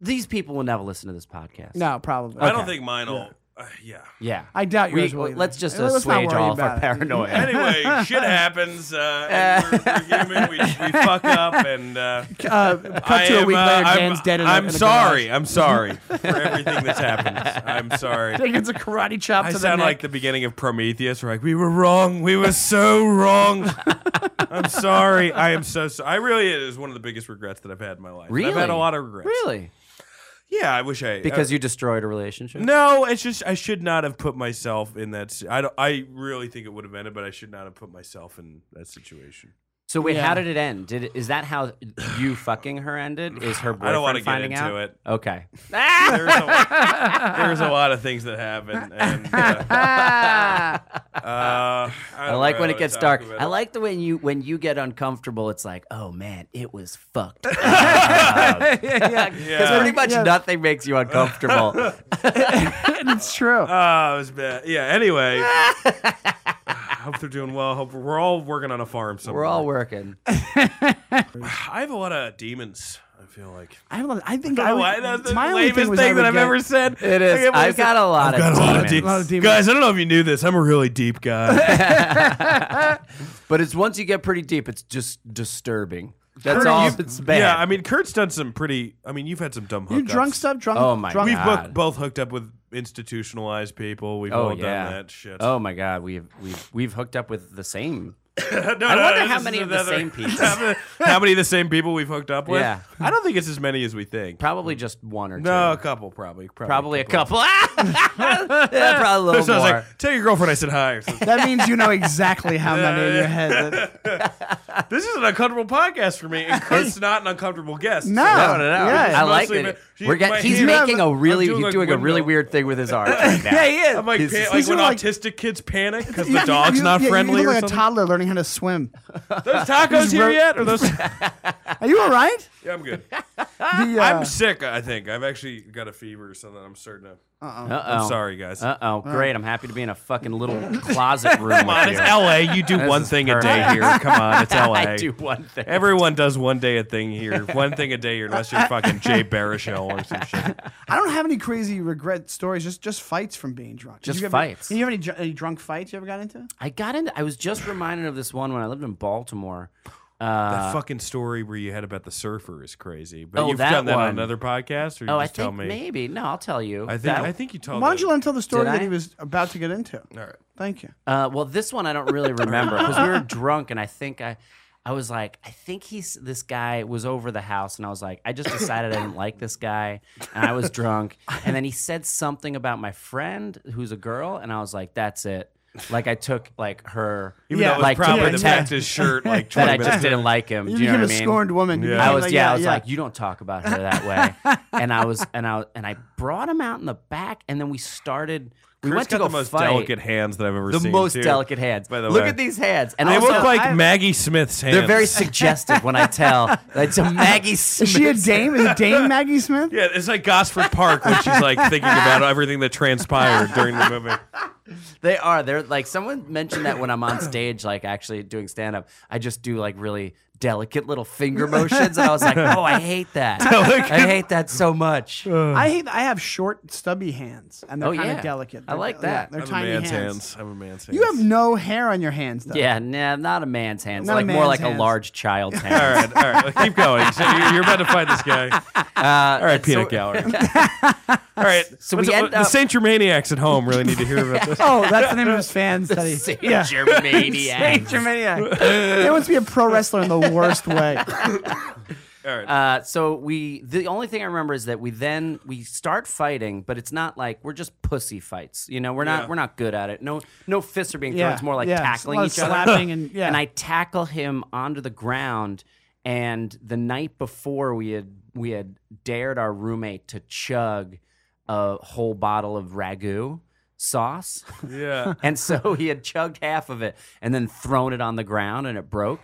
[SPEAKER 2] These people will never listen to this podcast.
[SPEAKER 1] no, probably.
[SPEAKER 3] I don't think mine will. Uh, yeah.
[SPEAKER 2] Yeah.
[SPEAKER 1] I doubt
[SPEAKER 2] We-
[SPEAKER 1] yours will. either.
[SPEAKER 2] let's just
[SPEAKER 1] Let's not
[SPEAKER 2] assuage
[SPEAKER 1] worry
[SPEAKER 2] all of our
[SPEAKER 1] about it.
[SPEAKER 2] paranoia.
[SPEAKER 3] Anyway, shit happens. Uh, and we're, we're human. We, we fuck up, and uh,
[SPEAKER 1] Uh, cut
[SPEAKER 3] I
[SPEAKER 1] to
[SPEAKER 3] am,
[SPEAKER 1] a week
[SPEAKER 3] uh,
[SPEAKER 1] later,
[SPEAKER 3] I'm,
[SPEAKER 1] Dan's dead. In a-
[SPEAKER 3] I'm
[SPEAKER 1] in a garage.
[SPEAKER 3] sorry. I'm sorry for everything that's happened. I'm sorry.
[SPEAKER 1] He gets a karate chop
[SPEAKER 3] I
[SPEAKER 1] to the
[SPEAKER 3] sound like
[SPEAKER 1] neck.
[SPEAKER 3] the beginning of Prometheus. We're like, we were wrong. We were so wrong. I'm sorry. I am so sorry. I really it is one of the biggest regrets that I've had in my life. I've had
[SPEAKER 2] Really?
[SPEAKER 3] a lot of regrets.
[SPEAKER 2] Really?
[SPEAKER 3] Yeah, I wish I uh,
[SPEAKER 2] Because you destroyed a relationship?
[SPEAKER 3] No, it's just I should not have put myself in that. si- I don't. I really think it would have ended, but I should not have put myself in that situation.
[SPEAKER 2] So wait,
[SPEAKER 1] Yeah.
[SPEAKER 2] how did it end? Did it, is that how you fucking her ended? Is her boyfriend
[SPEAKER 3] I don't want to get
[SPEAKER 2] finding
[SPEAKER 3] into
[SPEAKER 2] out?
[SPEAKER 3] it.
[SPEAKER 2] Okay.
[SPEAKER 3] There's a, there's a lot of things that happen. And, uh, uh, I,
[SPEAKER 2] I like when it gets dark. I like the when you when you get uncomfortable. It's like, oh man, it was fucked. Because
[SPEAKER 1] yeah, yeah.
[SPEAKER 2] pretty much
[SPEAKER 1] Yeah.
[SPEAKER 2] nothing makes you uncomfortable.
[SPEAKER 1] And it's true.
[SPEAKER 3] Oh, it was bad. Yeah. Anyway, hope they're doing well. Hope we're all working on a farm somewhere.
[SPEAKER 2] We're all working.
[SPEAKER 3] I have a lot of demons. I feel like.
[SPEAKER 1] I, don't know. I think
[SPEAKER 3] I
[SPEAKER 1] I
[SPEAKER 3] don't know
[SPEAKER 1] would,
[SPEAKER 3] why. That's the
[SPEAKER 1] my only
[SPEAKER 3] lamest
[SPEAKER 1] thing,
[SPEAKER 3] thing,
[SPEAKER 1] was I would
[SPEAKER 3] that I've
[SPEAKER 1] get-
[SPEAKER 3] ever said.
[SPEAKER 2] It is. I've got a lot
[SPEAKER 3] got a lot of
[SPEAKER 2] of
[SPEAKER 1] lot
[SPEAKER 3] demons.
[SPEAKER 2] demons,
[SPEAKER 1] of demons.
[SPEAKER 3] Guys, I don't know if you knew this. I'm a really deep guy.
[SPEAKER 2] but it's once you get pretty deep, it's just disturbing. That's
[SPEAKER 1] Pretty-
[SPEAKER 2] all.
[SPEAKER 1] you-
[SPEAKER 2] It's bad.
[SPEAKER 3] Yeah, I mean, Kurt's done some pretty. I mean, you've had some dumb hookups.
[SPEAKER 1] You drunk stuff? Drunk?
[SPEAKER 2] Oh my
[SPEAKER 1] drunk,
[SPEAKER 3] We've
[SPEAKER 2] God.
[SPEAKER 3] both, both hooked up with institutionalized people. We've
[SPEAKER 2] Oh
[SPEAKER 3] all
[SPEAKER 2] yeah.
[SPEAKER 3] done that shit.
[SPEAKER 2] Oh my god, we've we've we've hooked up with the same.
[SPEAKER 3] No, no,
[SPEAKER 2] I wonder how
[SPEAKER 3] this is
[SPEAKER 2] many of the
[SPEAKER 3] another-
[SPEAKER 2] same people.
[SPEAKER 3] how many of the same people we've hooked up with?
[SPEAKER 2] Yeah.
[SPEAKER 3] I don't think it's as many as we think.
[SPEAKER 2] Probably just one or two.
[SPEAKER 3] No, a couple probably. Probably,
[SPEAKER 2] probably a couple. yeah, probably a little
[SPEAKER 3] So I was
[SPEAKER 2] more.
[SPEAKER 3] like, tell your girlfriend I said hi. Or something.
[SPEAKER 1] That means you know exactly how many in your head. That,
[SPEAKER 3] this is an uncomfortable podcast for me, and Kurt's not an uncomfortable guest.
[SPEAKER 1] no,
[SPEAKER 3] so-
[SPEAKER 2] no, no, no.
[SPEAKER 1] Yeah.
[SPEAKER 2] I like
[SPEAKER 3] Mostly
[SPEAKER 2] it.
[SPEAKER 3] ma-
[SPEAKER 2] We're
[SPEAKER 3] my
[SPEAKER 2] get, he's
[SPEAKER 3] hand-
[SPEAKER 2] making a
[SPEAKER 3] I'm
[SPEAKER 2] really
[SPEAKER 3] doing,
[SPEAKER 2] he's
[SPEAKER 3] like,
[SPEAKER 2] doing a really
[SPEAKER 3] window.
[SPEAKER 2] weird thing with his arm right now.
[SPEAKER 1] yeah, he is.
[SPEAKER 3] I'm like,
[SPEAKER 2] He's-
[SPEAKER 3] pan- like
[SPEAKER 1] he's
[SPEAKER 3] when
[SPEAKER 1] like-
[SPEAKER 3] autistic kids panic because
[SPEAKER 1] You-
[SPEAKER 3] the
[SPEAKER 1] you-
[SPEAKER 3] dog's
[SPEAKER 1] you-
[SPEAKER 3] not
[SPEAKER 1] yeah,
[SPEAKER 3] friendly
[SPEAKER 1] You
[SPEAKER 3] or
[SPEAKER 1] look like
[SPEAKER 3] something.
[SPEAKER 1] a toddler learning how to swim.
[SPEAKER 3] Those tacos here
[SPEAKER 1] ro-
[SPEAKER 3] yet? Or those?
[SPEAKER 1] Are you all right?
[SPEAKER 3] yeah, I'm good.
[SPEAKER 1] The, uh,
[SPEAKER 3] I'm sick. I think I've actually got a fever or something. I'm starting to.
[SPEAKER 2] Uh oh.
[SPEAKER 3] I'm sorry, guys.
[SPEAKER 2] Uh oh. Great. I'm happy to be in a fucking little closet room.
[SPEAKER 3] Come on,
[SPEAKER 2] with
[SPEAKER 3] it's
[SPEAKER 2] you.
[SPEAKER 3] LA. You do one
[SPEAKER 2] is
[SPEAKER 3] thing a day here. Come on, it's LA.
[SPEAKER 2] I do one thing.
[SPEAKER 3] Everyone does one day a thing here. One thing a day here, unless you're fucking Jay Baruchel or some shit.
[SPEAKER 1] I don't have any crazy regret stories. Just just fights from being drunk. Did
[SPEAKER 2] Just
[SPEAKER 1] you ever-
[SPEAKER 2] fights.
[SPEAKER 1] Did you have any, dr- any drunk fights you ever got into?
[SPEAKER 3] Oh,
[SPEAKER 2] I got into. I was just reminded of this one when I lived in Baltimore. Uh,
[SPEAKER 3] That fucking story where you had about the surfer is crazy. But
[SPEAKER 2] Oh,
[SPEAKER 3] you've
[SPEAKER 2] that
[SPEAKER 3] done that on
[SPEAKER 2] one.
[SPEAKER 3] another podcast, or you
[SPEAKER 2] oh, I
[SPEAKER 3] just tell
[SPEAKER 2] think
[SPEAKER 3] me.
[SPEAKER 2] maybe. No, I'll tell you.
[SPEAKER 3] I think
[SPEAKER 2] That-
[SPEAKER 3] I think you told.
[SPEAKER 1] Why don't
[SPEAKER 3] that-
[SPEAKER 1] you let him tell the story
[SPEAKER 2] Did
[SPEAKER 1] that
[SPEAKER 2] I?
[SPEAKER 1] he was about to get into?
[SPEAKER 3] All right.
[SPEAKER 1] Thank you.
[SPEAKER 2] Uh, well, this one I don't really remember because we were drunk, and I think I, I was like, I think he's this guy was over the house, and I was like, I just decided I didn't like this guy, and I was drunk, and then he said something about my friend who's a girl, and I was like, that's it. Like I took like her,
[SPEAKER 3] Even
[SPEAKER 1] Yeah,
[SPEAKER 3] though it was
[SPEAKER 2] like to
[SPEAKER 3] probably the
[SPEAKER 2] protect
[SPEAKER 3] fact his shirt like 20
[SPEAKER 2] that I
[SPEAKER 3] minutes
[SPEAKER 2] just
[SPEAKER 3] in.
[SPEAKER 2] didn't like him. Do
[SPEAKER 1] You
[SPEAKER 2] you know what
[SPEAKER 1] became
[SPEAKER 2] I
[SPEAKER 1] a
[SPEAKER 2] mean?
[SPEAKER 1] scorned woman. You
[SPEAKER 3] Yeah.
[SPEAKER 1] became
[SPEAKER 2] I was
[SPEAKER 1] like,
[SPEAKER 2] yeah, I was like, you don't talk about her that way. and I was and I and I brought him out in the back, and then we started. We
[SPEAKER 3] Chris
[SPEAKER 2] went to
[SPEAKER 3] got
[SPEAKER 2] go
[SPEAKER 3] the most
[SPEAKER 2] fight.
[SPEAKER 3] delicate hands that I've ever
[SPEAKER 2] the
[SPEAKER 3] seen.
[SPEAKER 2] most
[SPEAKER 3] too.
[SPEAKER 2] delicate hands.
[SPEAKER 3] by the
[SPEAKER 2] look
[SPEAKER 3] way.
[SPEAKER 2] at these hands, and
[SPEAKER 3] They
[SPEAKER 2] also
[SPEAKER 3] look like
[SPEAKER 1] I-
[SPEAKER 3] Maggie Smith's hands.
[SPEAKER 2] they're very suggestive when I tell. It's a Maggie Smith.
[SPEAKER 1] Is she a dame? Is it Dame Maggie Smith?
[SPEAKER 3] Yeah, it's like Gosford Park when she's like thinking about everything that transpired during the movie.
[SPEAKER 2] They are. They're like someone mentioned that when I'm on stage, like actually doing stand up, I just do like really delicate little finger motions, and I was like, oh, I hate that. I hate that so much.
[SPEAKER 1] I hate. I have short, stubby hands, and they're
[SPEAKER 2] Oh,
[SPEAKER 1] kind of
[SPEAKER 2] yeah.
[SPEAKER 1] delicate.
[SPEAKER 2] I
[SPEAKER 1] They're-
[SPEAKER 2] like
[SPEAKER 1] yeah,
[SPEAKER 2] that.
[SPEAKER 1] they're
[SPEAKER 3] I'm
[SPEAKER 1] tiny
[SPEAKER 3] a man's
[SPEAKER 1] hands.
[SPEAKER 3] I'm a man's hands.
[SPEAKER 1] You have no hair on your hands, though.
[SPEAKER 2] Yeah, nah, not a man's hands.
[SPEAKER 1] Not a
[SPEAKER 2] like more
[SPEAKER 1] man's
[SPEAKER 2] like
[SPEAKER 1] hands.
[SPEAKER 2] a large child's hands.
[SPEAKER 3] All right, all right. Keep going. So you- you're about to find this guy. all right, peanut
[SPEAKER 2] Uh, so-
[SPEAKER 3] gallery. all right.
[SPEAKER 2] So
[SPEAKER 3] What's
[SPEAKER 2] we
[SPEAKER 3] it-
[SPEAKER 2] end
[SPEAKER 3] the
[SPEAKER 2] up-
[SPEAKER 3] Saint Germaniacs at home really need to hear about this.
[SPEAKER 1] Oh, that's the name of his fans. that he-
[SPEAKER 2] Saint
[SPEAKER 1] yeah.
[SPEAKER 2] Germaniac.
[SPEAKER 1] Maniac. he wants to be a pro wrestler in the worst way.
[SPEAKER 3] All right.
[SPEAKER 2] Uh, so we the only thing I remember is that we then we start fighting, but it's not like we're just pussy fights. You know, we're not
[SPEAKER 3] Yeah.
[SPEAKER 2] we're not good at it. No no fists are being
[SPEAKER 1] Yeah,
[SPEAKER 2] thrown. It's more like
[SPEAKER 1] yeah.
[SPEAKER 2] tackling
[SPEAKER 1] Lot of
[SPEAKER 2] each other.
[SPEAKER 1] slapping and- yeah.
[SPEAKER 2] I tackle him onto the ground and the night before we had we had dared our roommate to chug a whole bottle of ragu sauce.
[SPEAKER 3] yeah.
[SPEAKER 2] And so he had chugged half of it and then thrown it on the ground and it broke.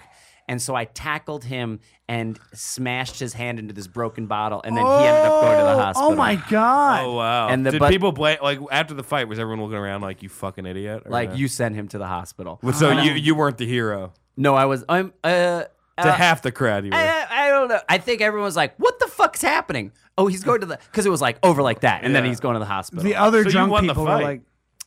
[SPEAKER 2] And so I tackled him and smashed his hand into this broken bottle. And then he ended up going to the hospital.
[SPEAKER 1] Oh my god.
[SPEAKER 3] Oh wow.
[SPEAKER 2] And the
[SPEAKER 3] Did
[SPEAKER 2] but-
[SPEAKER 3] people blame like after the fight? Was everyone looking around like you fucking idiot? or
[SPEAKER 2] Like
[SPEAKER 3] no?
[SPEAKER 2] you sent him to the hospital.
[SPEAKER 3] Well, So you you weren't the hero
[SPEAKER 2] No, I was. I'm. Uh,
[SPEAKER 3] to
[SPEAKER 2] uh,
[SPEAKER 3] half the crowd. You were.
[SPEAKER 2] I, I don't know. I think everyone was like, "What the fuck's happening?" Oh, he's going to the because it was like over like that, and then
[SPEAKER 3] Yeah.
[SPEAKER 2] he's going to the hospital.
[SPEAKER 1] The other
[SPEAKER 3] So you
[SPEAKER 1] drunk
[SPEAKER 3] won the
[SPEAKER 1] people were
[SPEAKER 3] fight.
[SPEAKER 1] like,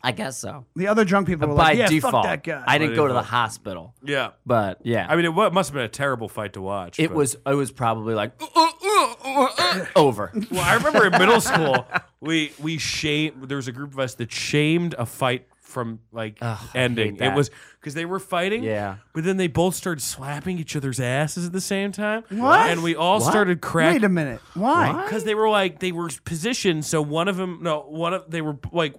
[SPEAKER 2] I guess so.
[SPEAKER 1] the other drunk people were
[SPEAKER 2] By
[SPEAKER 1] like, yeah,
[SPEAKER 2] default,
[SPEAKER 1] fuck that guy.
[SPEAKER 2] I didn't
[SPEAKER 3] By
[SPEAKER 2] go to the
[SPEAKER 3] default.
[SPEAKER 2] hospital,
[SPEAKER 3] yeah.
[SPEAKER 2] but yeah,
[SPEAKER 3] I mean, it wa- must have been a terrible fight to watch.
[SPEAKER 2] it
[SPEAKER 3] but-
[SPEAKER 2] was. It was probably like "Uh, over.
[SPEAKER 3] Well, I remember in middle school, we we shamed. There was a group of us that shamed a fight from like ending. It
[SPEAKER 2] that.
[SPEAKER 3] was because they were fighting.
[SPEAKER 2] Yeah.
[SPEAKER 3] But then they both started slapping each other's asses at the same time.
[SPEAKER 1] What?
[SPEAKER 3] And we all
[SPEAKER 2] What?
[SPEAKER 3] started cracking.
[SPEAKER 1] Wait a minute. Why?
[SPEAKER 3] Because they were like they were positioned. So one of them, no, one of they were like.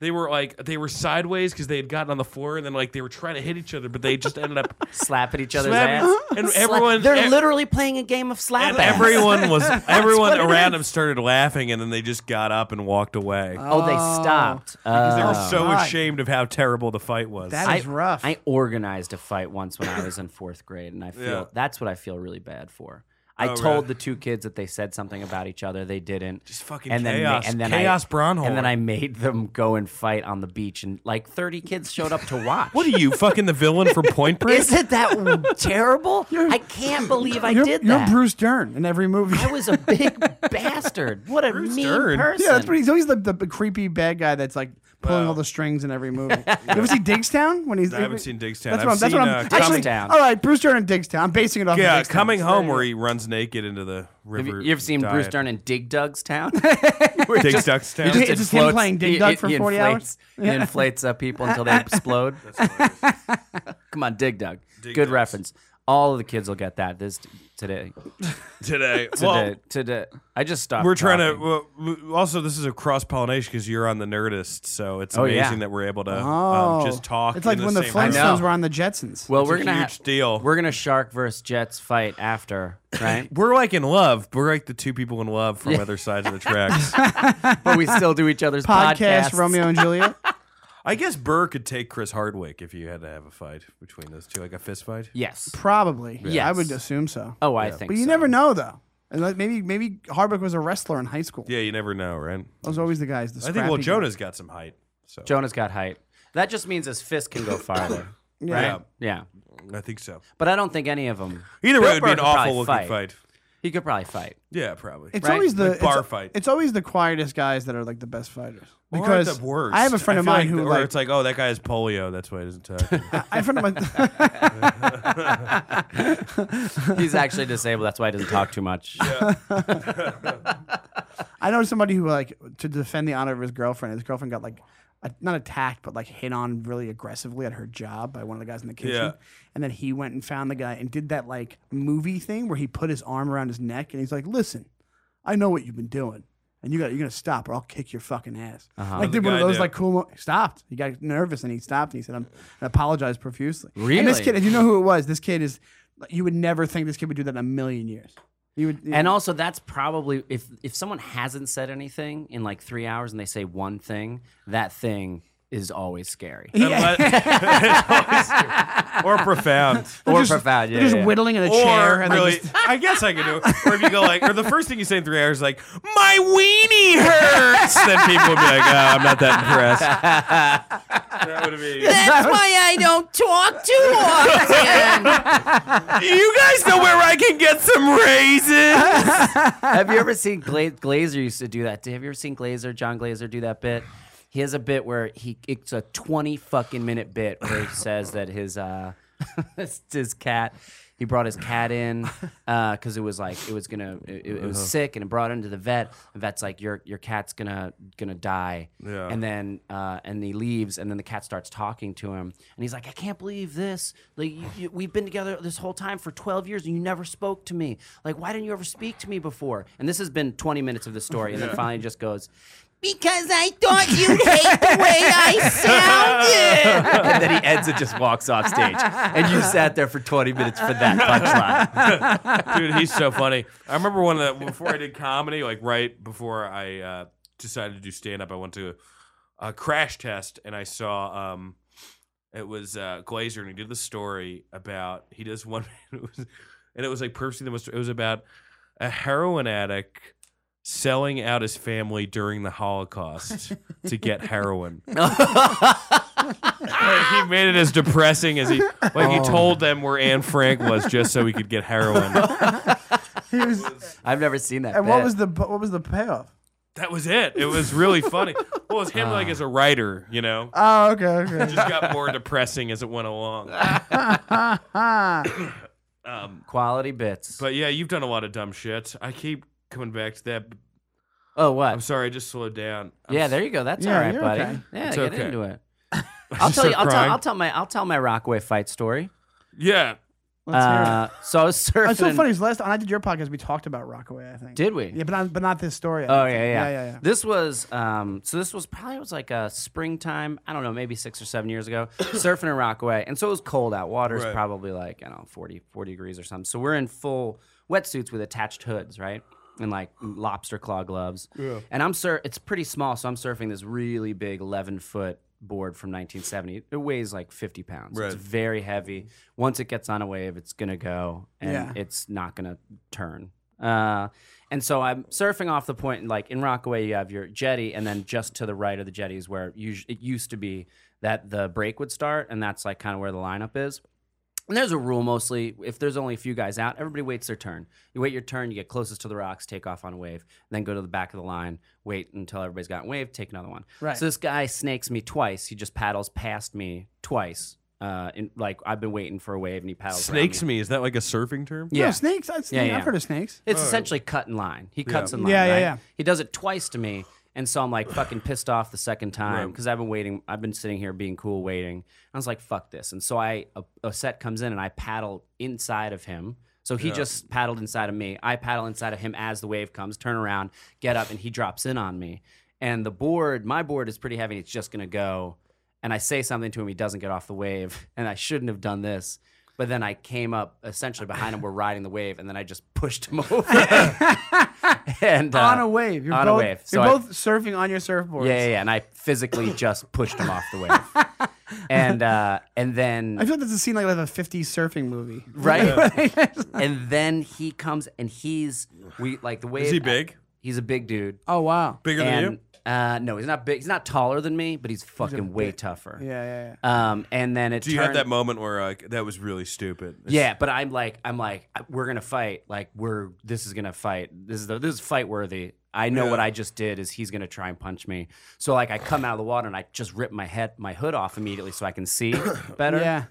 [SPEAKER 3] They were like they were sideways because they had gotten on the floor and then like they were trying to hit each other, but they just ended up
[SPEAKER 2] slap at each other's
[SPEAKER 3] Slap-
[SPEAKER 2] ass.
[SPEAKER 3] and
[SPEAKER 2] Slap-
[SPEAKER 3] everyone- e-
[SPEAKER 2] they're
[SPEAKER 3] ev-
[SPEAKER 2] literally playing a game of slap
[SPEAKER 3] and
[SPEAKER 2] ass.
[SPEAKER 3] everyone was
[SPEAKER 2] what
[SPEAKER 3] everyone
[SPEAKER 2] it
[SPEAKER 3] around
[SPEAKER 2] is.
[SPEAKER 3] him started laughing and then they just got up and walked away.
[SPEAKER 2] oh, they stopped.
[SPEAKER 3] Because they
[SPEAKER 2] Uh,
[SPEAKER 3] were so
[SPEAKER 1] Right.
[SPEAKER 3] ashamed of how terrible the fight was.
[SPEAKER 1] That
[SPEAKER 2] I-
[SPEAKER 1] is rough.
[SPEAKER 2] I organized a fight once when I was in fourth grade, and I feel
[SPEAKER 3] Yeah.
[SPEAKER 2] that's what I feel really bad for. I
[SPEAKER 3] Oh,
[SPEAKER 2] told
[SPEAKER 3] really?
[SPEAKER 2] the two kids that they said something about each other. They didn't.
[SPEAKER 3] Just fucking chaos.
[SPEAKER 2] Then, ma- and then
[SPEAKER 3] Chaos
[SPEAKER 2] I,
[SPEAKER 3] Braunhorn.
[SPEAKER 2] And then I made them go and fight on the beach, and like thirty kids showed up to watch.
[SPEAKER 3] what are you, fucking the villain from Point Break?
[SPEAKER 2] Isn't that terrible? I can't believe I
[SPEAKER 1] you're,
[SPEAKER 2] did
[SPEAKER 1] you're
[SPEAKER 2] that.
[SPEAKER 1] Bruce Dern in every movie.
[SPEAKER 2] I was a big bastard. What a mean
[SPEAKER 3] Dern. Yeah,
[SPEAKER 2] person.
[SPEAKER 1] yeah, that's pretty. He's always the, the creepy bad guy that's like pulling all the strings in every movie. You ever see Digstown? When he's
[SPEAKER 3] I haven't seen Digstown.
[SPEAKER 1] That's
[SPEAKER 3] I've
[SPEAKER 1] what I'm. That's
[SPEAKER 3] seen,
[SPEAKER 1] what
[SPEAKER 3] uh,
[SPEAKER 1] I'm. actually,
[SPEAKER 2] Digstown.
[SPEAKER 1] all right, Bruce Dern and Digstown. I'm basing it off.
[SPEAKER 3] yeah,
[SPEAKER 1] of Digstown.
[SPEAKER 3] coming
[SPEAKER 1] So
[SPEAKER 3] home
[SPEAKER 1] there
[SPEAKER 3] where
[SPEAKER 1] you
[SPEAKER 3] he runs naked into the
[SPEAKER 2] Have
[SPEAKER 3] river.
[SPEAKER 2] you, you ever seen Bruce
[SPEAKER 3] diet.
[SPEAKER 2] Dern in Dig Dug's Town?
[SPEAKER 3] Dig Dug's Town?
[SPEAKER 1] It's just him playing Dig Dug for 40
[SPEAKER 2] inflates, He inflates up people until they explode. Come on, Dig Dug.
[SPEAKER 3] Dig
[SPEAKER 2] Good
[SPEAKER 3] Dugs.
[SPEAKER 2] reference. All of the kids will get that this today.
[SPEAKER 3] today? Well,
[SPEAKER 2] Today. today. I just stopped.
[SPEAKER 3] we're trying to.
[SPEAKER 2] talking.
[SPEAKER 3] Well, w- also, this is a cross pollination because you're on the Nerdist, so it's
[SPEAKER 2] Oh,
[SPEAKER 3] amazing
[SPEAKER 2] yeah.
[SPEAKER 3] that we're able to
[SPEAKER 1] go.
[SPEAKER 3] um, just talk.
[SPEAKER 1] Oh. It's like
[SPEAKER 3] in
[SPEAKER 1] when
[SPEAKER 3] the,
[SPEAKER 1] the
[SPEAKER 3] same
[SPEAKER 1] Flintstones
[SPEAKER 2] know.
[SPEAKER 1] were on the Jetsons.
[SPEAKER 2] Well,
[SPEAKER 3] It's
[SPEAKER 2] we're
[SPEAKER 3] a
[SPEAKER 2] gonna
[SPEAKER 3] huge
[SPEAKER 2] ha-
[SPEAKER 3] deal.
[SPEAKER 2] We're gonna shark versus Jets fight after, right?
[SPEAKER 3] We're like in love. We're like the two people in love from other sides of the tracks.
[SPEAKER 2] but we still do each other's
[SPEAKER 1] podcast
[SPEAKER 2] podcasts.
[SPEAKER 1] Romeo and Juliet.
[SPEAKER 3] I guess Burr could take Chris Hardwick if you had to have a fight between those two, like a fist fight.
[SPEAKER 2] Yes.
[SPEAKER 1] Probably. Yeah, I
[SPEAKER 2] Yes.
[SPEAKER 1] would assume so.
[SPEAKER 2] Oh, I think.
[SPEAKER 1] But you
[SPEAKER 2] so.
[SPEAKER 1] never know, though. And like, maybe maybe Harbuck was a wrestler in high school.
[SPEAKER 3] Yeah, you never know, right?
[SPEAKER 1] Those are always the guys. The
[SPEAKER 3] I think well,
[SPEAKER 1] scrappy
[SPEAKER 3] Jonah's got some height. So
[SPEAKER 2] Jonah's got height. That just means his fist can go farther.
[SPEAKER 1] guys.
[SPEAKER 3] yeah,
[SPEAKER 2] yeah.
[SPEAKER 3] I think so.
[SPEAKER 2] But I don't think any of them.
[SPEAKER 3] Either way, it'd be
[SPEAKER 2] Goldberg
[SPEAKER 3] an
[SPEAKER 2] could
[SPEAKER 3] awful
[SPEAKER 2] probably fight.
[SPEAKER 3] looking fight.
[SPEAKER 2] He could probably fight.
[SPEAKER 3] Yeah, probably.
[SPEAKER 1] It's
[SPEAKER 2] Right?
[SPEAKER 1] always the
[SPEAKER 3] Like bar
[SPEAKER 1] it's,
[SPEAKER 3] fight.
[SPEAKER 1] It's always the quietest guys that are like the best fighters.
[SPEAKER 3] Or
[SPEAKER 1] Because
[SPEAKER 3] the worst.
[SPEAKER 1] I have a friend of
[SPEAKER 3] feel
[SPEAKER 1] mine
[SPEAKER 3] like-
[SPEAKER 1] who
[SPEAKER 3] or
[SPEAKER 1] like
[SPEAKER 3] it's like, oh, that guy has polio. That's why he doesn't talk.
[SPEAKER 1] I have a friend of mine.
[SPEAKER 2] He's actually disabled. That's why he doesn't talk too much.
[SPEAKER 1] I know somebody who like to defend the honor of his girlfriend. His girlfriend got like a, not attacked, but like hit on really aggressively at her job by one of the guys in the kitchen.
[SPEAKER 3] Yeah.
[SPEAKER 1] And then he went and found the guy and did that like movie thing where he put his arm around his neck and he's like, "Listen, I know what you've been doing." And you got you're gonna stop, or I'll kick your fucking ass. Like
[SPEAKER 3] How'd the
[SPEAKER 1] did one of
[SPEAKER 3] Uh-huh. guy
[SPEAKER 1] those
[SPEAKER 3] do?
[SPEAKER 1] like cool. Mo- stopped. He got nervous and he stopped. And he said, "I'm." And apologized profusely. And this
[SPEAKER 2] Really?
[SPEAKER 1] kid, and you know who it was? This kid is. You would never think this kid would do that in a million years. You would.
[SPEAKER 2] And also, that's probably if if someone hasn't said anything in like three hours and they say one thing, that thing is always scary.
[SPEAKER 3] or profound.
[SPEAKER 2] Or
[SPEAKER 1] just-
[SPEAKER 2] profound,
[SPEAKER 1] They're
[SPEAKER 2] yeah,
[SPEAKER 1] just
[SPEAKER 2] yeah.
[SPEAKER 1] whittling in a chair
[SPEAKER 3] Or
[SPEAKER 1] and
[SPEAKER 3] really,
[SPEAKER 1] they just,
[SPEAKER 3] I guess I could do it. Or if you go like, or the first thing you say in three hours is like, my weenie hurts. then people would be like, oh, I'm not that impressed. that would be.
[SPEAKER 2] That's why I don't talk too often.
[SPEAKER 3] You guys know where I can get some raises.
[SPEAKER 2] Have you ever seen Gla- Glazer used to do that? Have you ever seen Glazer, John Glazer, do that bit? He has a bit where he it's a twenty fucking minute bit where he says that his uh his, his cat he brought his cat in because it was like it was gonna it, it was sick and it brought him to the vet. The vet's like your your cat's gonna gonna die.
[SPEAKER 3] Yeah.
[SPEAKER 2] And then uh, and he leaves and then the cat starts talking to him and he's like I can't believe this like you, you, we've been together this whole time for twelve years and you never spoke to me like why didn't you ever speak to me before? And this has been twenty minutes of the story and then finally just goes. Because I thought you hate the way I sounded. and then he ends it, just walks off stage. And you sat there for 20 minutes for that punchline.
[SPEAKER 3] Dude, he's so funny. I remember one of the, before I did comedy, like right before I uh, decided to do stand up, I went to a crash test and I saw um, it was uh, Glazer and he did the story about he does one it was, and it was like purposely the most. It was about a heroin addict selling out his family during the Holocaust to get heroin. Like, he made it as depressing as he like he told them where Anne Frank was just so he could get heroin.
[SPEAKER 1] he was,
[SPEAKER 2] I've never seen that.
[SPEAKER 1] and what
[SPEAKER 2] bit.
[SPEAKER 1] was the what was the payoff?
[SPEAKER 3] That was it. It was really funny. Well, it was him like as a
[SPEAKER 2] Ah.
[SPEAKER 3] writer, you know.
[SPEAKER 1] Oh, okay, okay.
[SPEAKER 3] Just got more depressing as it went along. Um,
[SPEAKER 2] quality bits?
[SPEAKER 3] but yeah, you've done a lot of dumb shit. I keep coming back to that.
[SPEAKER 2] oh, what?
[SPEAKER 3] I'm sorry, I just slowed down. I'm
[SPEAKER 2] yeah,
[SPEAKER 3] s-
[SPEAKER 2] there you go. That's
[SPEAKER 1] Yeah,
[SPEAKER 2] all right,
[SPEAKER 1] you're
[SPEAKER 2] buddy.
[SPEAKER 1] okay.
[SPEAKER 2] Yeah,
[SPEAKER 3] It's
[SPEAKER 2] get
[SPEAKER 3] okay.
[SPEAKER 2] into it. I'll tell
[SPEAKER 3] start
[SPEAKER 2] you. I'll tell,
[SPEAKER 3] crying.
[SPEAKER 2] I'll tell my. I'll tell my Rockaway fight story.
[SPEAKER 3] Yeah.
[SPEAKER 1] Let's hear it.
[SPEAKER 2] Uh, so I was surfing.
[SPEAKER 1] It's so funny. 'cause Last time I did your podcast, we talked about Rockaway. I think
[SPEAKER 2] Did we?
[SPEAKER 1] Yeah, but not but not this story. I
[SPEAKER 2] Oh
[SPEAKER 1] don't
[SPEAKER 2] yeah,
[SPEAKER 1] think.
[SPEAKER 2] yeah,
[SPEAKER 1] yeah, yeah.
[SPEAKER 2] This was um, so this was probably it was like a springtime. I don't know, maybe six or seven years ago. surfing in Rockaway, and so it was cold out. Water's
[SPEAKER 3] Right.
[SPEAKER 2] probably like I don't know 40, 40 degrees or something. So we're in full wetsuits with attached hoods, right? And like lobster claw gloves. Yeah. And I'm sur. It's pretty small, so I'm surfing this really big eleven foot board from 1970. It weighs like 50 pounds. It's
[SPEAKER 3] Right.
[SPEAKER 2] very heavy. Once it gets on a wave, it's gonna go, and
[SPEAKER 1] Yeah.
[SPEAKER 2] it's not gonna turn. Uh, and so I'm surfing off the point, and like in Rockaway, you have your jetty, and then just to the right of the jetty is where us- it used to be that the break would start, and that's like kind of where the lineup is. And there's a rule mostly if there's only a few guys out, everybody waits their turn. You wait your turn, you get closest to the rocks, take off on a wave, then go to the back of the line, wait until everybody's gotten waved, take another one.
[SPEAKER 1] Right.
[SPEAKER 2] So this guy snakes me twice. He just paddles past me twice. Uh, in, like I've been waiting for a wave, and he paddles. around
[SPEAKER 3] Snakes
[SPEAKER 2] me.
[SPEAKER 3] me. Is that like a surfing term?
[SPEAKER 1] No,
[SPEAKER 2] Yeah.
[SPEAKER 1] snakes. I,
[SPEAKER 2] Yeah, yeah.
[SPEAKER 1] I've heard of snakes.
[SPEAKER 2] It's essentially cut in line. He cuts in line.
[SPEAKER 1] Yeah, yeah,
[SPEAKER 2] right?
[SPEAKER 1] yeah.
[SPEAKER 2] He does it twice to me, and so I'm like fucking pissed off the second time
[SPEAKER 3] Right.
[SPEAKER 2] because I've been waiting. I've been sitting here being cool, waiting. I was like, fuck this. And so I a, a set comes in, and I paddle inside of him. So he just paddled inside of me. I paddle inside of him as the wave comes. Turn around, get up, and he drops in on me. And the board, my board is pretty heavy. and It's just gonna go. And I say something to him. He doesn't get off the wave. And I shouldn't have done this. But then I came up essentially behind him. We're riding the wave, and then I just pushed him over. and uh,
[SPEAKER 1] on a wave. You're
[SPEAKER 2] on a
[SPEAKER 1] both,
[SPEAKER 2] wave. So
[SPEAKER 1] You're
[SPEAKER 2] I-
[SPEAKER 1] both surfing on your surfboards.
[SPEAKER 2] yeah, yeah, yeah. And I physically just pushed him off the wave. and uh, and then
[SPEAKER 1] I feel like that's a scene like out of a 50s surfing movie.
[SPEAKER 2] right, and then he comes and he's we like the way
[SPEAKER 3] Is he big?
[SPEAKER 2] he's a big dude.
[SPEAKER 1] Oh wow.
[SPEAKER 3] Bigger than you?
[SPEAKER 2] and uh, no, he's not big. He's not taller than me, but he's fucking way tougher.
[SPEAKER 1] Yeah, yeah, yeah.
[SPEAKER 2] Um, and then it
[SPEAKER 3] Do you
[SPEAKER 2] turned,
[SPEAKER 3] have that moment where uh, that was really stupid?
[SPEAKER 2] Yeah, but I'm like, I'm like, uh, we're gonna fight. Like, we're this is gonna fight. This is the, this is fight worthy. I know what I just did is he's gonna try and punch me. So like, I come out of the water and I just rip my head, my hood off immediately so I can see better.
[SPEAKER 1] Yeah.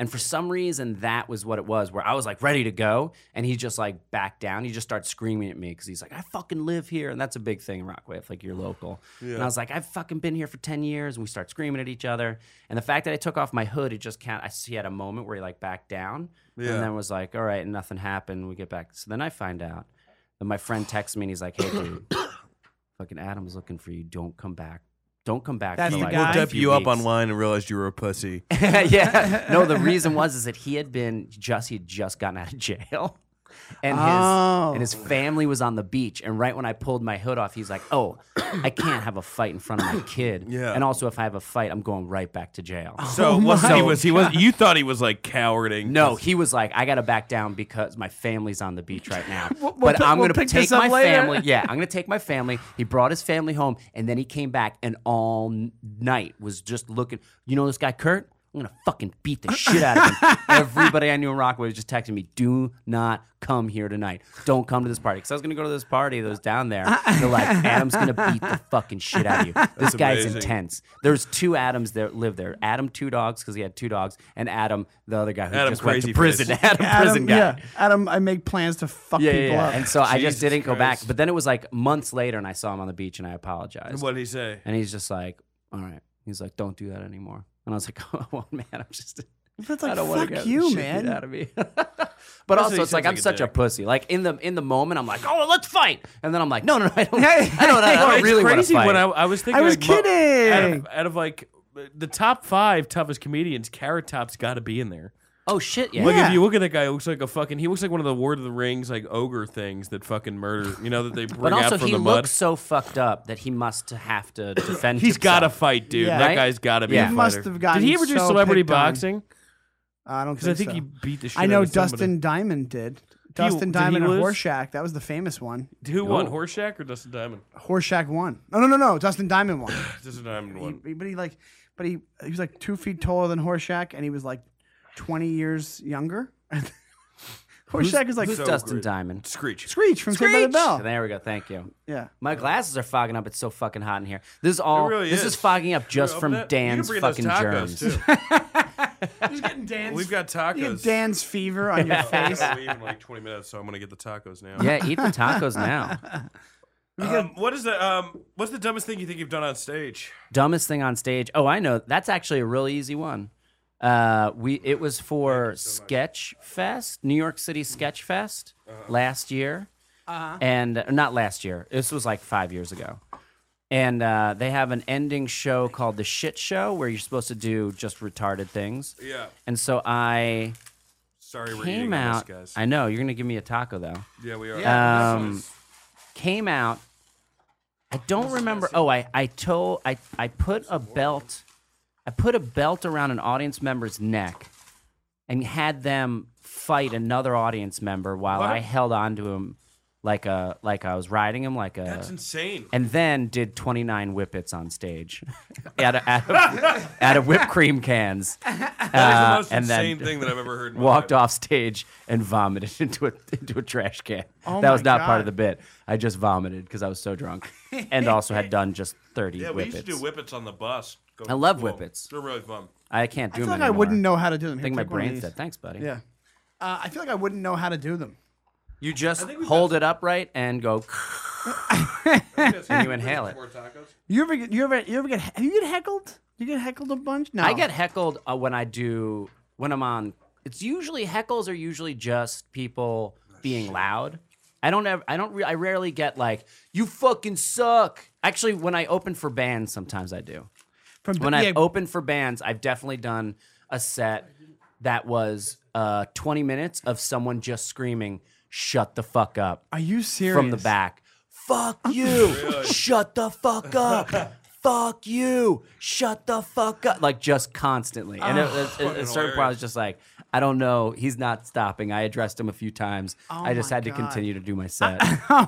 [SPEAKER 2] And for some reason, that was what it was, where I was like ready to go, and he just like backed down. He just starts screaming at me because he's like, "I fucking live here," and that's a big thing in Rockaway, if like you're local. And I was like, "I've fucking been here for ten years," and we start screaming at each other. And the fact that I took off my hood, it just can't. I see had a moment where he like backed down,
[SPEAKER 3] Yeah.
[SPEAKER 2] and then was like, "All right," and nothing happened. We get back. So then I find out that my friend texts me and he's like, "Hey, dude, fucking Adam's looking for you. Don't come back. Don't come back."
[SPEAKER 1] That's
[SPEAKER 2] for,
[SPEAKER 1] the
[SPEAKER 2] like,
[SPEAKER 1] guy?
[SPEAKER 2] a
[SPEAKER 1] Looked
[SPEAKER 3] Step
[SPEAKER 2] few
[SPEAKER 3] you up
[SPEAKER 2] weeks."
[SPEAKER 3] online and realized you were a pussy.
[SPEAKER 2] yeah. No, the reason was is that he had been just he had just gotten out of jail. And his
[SPEAKER 1] Oh.
[SPEAKER 2] and his family was on the beach. And right when I pulled my hood off, he's like, Oh, I can't have a fight in front of my kid.
[SPEAKER 3] Yeah.
[SPEAKER 2] And also if I have a fight, I'm going right back to jail.
[SPEAKER 3] So it wasn't- he was he was you thought he was like cowarding.
[SPEAKER 2] Oh No, he was like, I gotta back down because my family's on the beach right now.
[SPEAKER 1] we'll
[SPEAKER 2] but
[SPEAKER 1] pi-
[SPEAKER 2] I'm
[SPEAKER 1] we'll
[SPEAKER 2] gonna
[SPEAKER 1] pick
[SPEAKER 2] take
[SPEAKER 1] this up
[SPEAKER 2] my
[SPEAKER 1] later.
[SPEAKER 2] family. Yeah, I'm gonna take my family. He brought his family home, and then he came back and all n- night was just looking. You know this guy Kurt? I'm gonna fucking beat the shit out of him. Everybody I knew in Rockaway was just texting me, "Do not come here tonight. Don't come to this party." Because I was gonna go to this party that was down there. And they're like, "Adam's gonna beat the fucking shit out of you. This guy's
[SPEAKER 3] amazing.
[SPEAKER 2] intense." fence. There's two Adams that live there. Adam two dogs because he had two dogs, and Adam the other guy who
[SPEAKER 3] Adam
[SPEAKER 2] just went to
[SPEAKER 3] Crazy
[SPEAKER 2] prison.
[SPEAKER 3] Face.
[SPEAKER 2] Adam, prison guy.
[SPEAKER 1] Yeah. Adam, I make plans to fuck
[SPEAKER 2] Yeah, yeah,
[SPEAKER 1] people
[SPEAKER 2] yeah.
[SPEAKER 1] up.
[SPEAKER 2] And so I just
[SPEAKER 3] Jesus
[SPEAKER 2] didn't go back.
[SPEAKER 3] Christ.
[SPEAKER 2] But then it was like months later, and I saw him on the beach, and I apologized.
[SPEAKER 3] What did he say?
[SPEAKER 2] And he's just like, "All right." He's like, "Don't do that anymore." And I was like, "Oh well, man, I'm just."
[SPEAKER 1] That's like,
[SPEAKER 2] I don't want to
[SPEAKER 1] fuck
[SPEAKER 2] get
[SPEAKER 1] you,
[SPEAKER 2] shit
[SPEAKER 1] man.
[SPEAKER 2] beat out of me. but also,
[SPEAKER 3] he
[SPEAKER 2] it's like
[SPEAKER 3] sounds
[SPEAKER 2] I'm
[SPEAKER 3] like a
[SPEAKER 2] such a
[SPEAKER 3] dick.
[SPEAKER 2] pussy. Like in the in the moment, I'm like, "Oh, let's fight," and then I'm like, "No, no, no, I don't, I don't, I don't
[SPEAKER 4] it's
[SPEAKER 2] really want to
[SPEAKER 4] crazy
[SPEAKER 2] fight."
[SPEAKER 4] when I, I was thinking.
[SPEAKER 1] I was
[SPEAKER 4] like, mo- Out
[SPEAKER 1] kidding.
[SPEAKER 4] of, out of, like the top five toughest comedians, Carrot Top's got to be in there.
[SPEAKER 2] oh shit, yeah.
[SPEAKER 4] Like
[SPEAKER 1] Yeah.
[SPEAKER 4] if you look at that guy, he looks like a fucking. He looks like one of the Lord of the Rings like ogre things that fucking murder. You know that they bring
[SPEAKER 2] But also,
[SPEAKER 4] out from
[SPEAKER 2] he
[SPEAKER 4] the
[SPEAKER 2] looks
[SPEAKER 4] mud.
[SPEAKER 2] so fucked up that he must have to defend.
[SPEAKER 4] He's got to
[SPEAKER 2] himself.
[SPEAKER 4] fight, dude.
[SPEAKER 1] Yeah.
[SPEAKER 4] That
[SPEAKER 2] Right?
[SPEAKER 4] guy's got to be.
[SPEAKER 2] Yeah.
[SPEAKER 4] A
[SPEAKER 2] He
[SPEAKER 1] must
[SPEAKER 4] fighter.
[SPEAKER 1] have gotten
[SPEAKER 4] Did he ever do
[SPEAKER 1] so
[SPEAKER 4] celebrity
[SPEAKER 1] picked on.
[SPEAKER 4] boxing?
[SPEAKER 1] I don't
[SPEAKER 4] Because I think
[SPEAKER 1] think, so.
[SPEAKER 4] he beat the shit.
[SPEAKER 1] I know
[SPEAKER 4] out of somebody.
[SPEAKER 1] Dustin Diamond did.
[SPEAKER 4] did
[SPEAKER 1] Dustin
[SPEAKER 4] he
[SPEAKER 1] Diamond and
[SPEAKER 4] lose?
[SPEAKER 1] Horseshack. That was the famous one.
[SPEAKER 4] Who won,
[SPEAKER 2] No.
[SPEAKER 4] Horseshack or Dustin Diamond?
[SPEAKER 1] Horseshack won. No, no, no, no. Dustin Diamond won.
[SPEAKER 3] Dustin Diamond
[SPEAKER 1] he,
[SPEAKER 3] won.
[SPEAKER 1] he- but he like, but he he was like two feet taller than Horseshack, and he was like twenty years younger. Horseshack is like
[SPEAKER 2] Who's
[SPEAKER 3] So
[SPEAKER 2] Dustin
[SPEAKER 3] great.
[SPEAKER 2] Diamond?
[SPEAKER 3] Screech.
[SPEAKER 1] Screech from Saved by the
[SPEAKER 2] Screech!
[SPEAKER 1] Bell.
[SPEAKER 2] There we go. Thank you.
[SPEAKER 1] Yeah.
[SPEAKER 2] My glasses are fogging up. It's so fucking hot in here. This is all.
[SPEAKER 3] It really
[SPEAKER 2] this
[SPEAKER 3] is.
[SPEAKER 2] is fogging up just
[SPEAKER 3] Open
[SPEAKER 2] from
[SPEAKER 3] it. You can
[SPEAKER 2] Dan's
[SPEAKER 3] bring those
[SPEAKER 2] fucking
[SPEAKER 3] tacos,
[SPEAKER 2] germs.
[SPEAKER 3] too.
[SPEAKER 1] He's getting Dan's.
[SPEAKER 3] We've got
[SPEAKER 1] you get
[SPEAKER 3] tacos.
[SPEAKER 1] Dan's fever on your
[SPEAKER 3] I
[SPEAKER 1] face.
[SPEAKER 3] gotta leave in like 20 minutes, so I'm gonna get the tacos now.
[SPEAKER 2] Yeah, eat the tacos now.
[SPEAKER 3] Um, what is the um? What's the dumbest thing you think you've done on stage?
[SPEAKER 2] Dumbest thing on stage. Oh, I know. That's actually a really easy one. Uh, we it was for Sketch Fest, New York City Sketch Fest last year, uh-huh. and not last year. This was like five years ago. and uh, they have an ending show called the shit show where you're supposed to do just retarded things
[SPEAKER 3] Yeah.
[SPEAKER 2] and so i
[SPEAKER 3] Sorry, we're
[SPEAKER 2] came
[SPEAKER 3] eating on
[SPEAKER 2] out
[SPEAKER 3] this, guys.
[SPEAKER 2] i know you're gonna give me a taco though
[SPEAKER 3] yeah, we are.
[SPEAKER 2] um, came out i don't remember oh i i told i i put a belt i put a belt around an audience member's neck and had them fight another audience member while
[SPEAKER 3] What?
[SPEAKER 2] i held on to him like a like i was riding him like a
[SPEAKER 3] That's insane.
[SPEAKER 2] uh, and then did 29 whippets on stage out of, out of, out of whipped cream cans
[SPEAKER 3] That
[SPEAKER 2] uh,
[SPEAKER 3] is the most
[SPEAKER 2] and then
[SPEAKER 3] insane thing that I've ever heard. in my
[SPEAKER 2] walked
[SPEAKER 3] life.
[SPEAKER 2] off stage and vomited into a into a trash can
[SPEAKER 1] Oh
[SPEAKER 2] that was
[SPEAKER 1] my
[SPEAKER 2] not part
[SPEAKER 1] God.
[SPEAKER 2] of the bit i just vomited because i was so drunk and also had done just 30
[SPEAKER 3] Yeah, we
[SPEAKER 2] whippets
[SPEAKER 3] used to do whippets on the bus. Go
[SPEAKER 2] I
[SPEAKER 3] to
[SPEAKER 2] love
[SPEAKER 3] school.
[SPEAKER 2] whippets.
[SPEAKER 3] They're really fun.
[SPEAKER 2] i can't
[SPEAKER 1] I
[SPEAKER 2] do
[SPEAKER 1] feel
[SPEAKER 2] them
[SPEAKER 1] like I
[SPEAKER 2] anymore.
[SPEAKER 1] wouldn't know how to do them.
[SPEAKER 2] i think my brain's
[SPEAKER 1] dead.
[SPEAKER 2] dead thanks buddy
[SPEAKER 1] Yeah. Uh, I feel like I wouldn't know how to do them.
[SPEAKER 2] you just hold it upright and go
[SPEAKER 3] Can
[SPEAKER 2] you inhale it.
[SPEAKER 1] You ever get you ever you ever get you get heckled? You get heckled a bunch? No.
[SPEAKER 2] I get heckled uh, when I do when I'm on. It's usually heckles are usually just people being loud. I don't ever. I don't. Re- I rarely get like you fucking suck. Actually, when I open for bands, sometimes I do.
[SPEAKER 1] from
[SPEAKER 2] When
[SPEAKER 1] yeah,
[SPEAKER 2] I've opened for bands, I've definitely done a set that was uh, 20 minutes of someone just screaming, "Shut the fuck up!"
[SPEAKER 1] Are you serious?
[SPEAKER 2] from the back. Fuck you! Shut the fuck up! fuck you, shut the fuck up, like just constantly. And
[SPEAKER 1] Ah.
[SPEAKER 2] at- at- at a certain point, I was just like, I don't know, he's not stopping. I addressed him a few times. I just
[SPEAKER 1] Oh my
[SPEAKER 2] had to
[SPEAKER 1] God. Oh
[SPEAKER 2] continue to do my set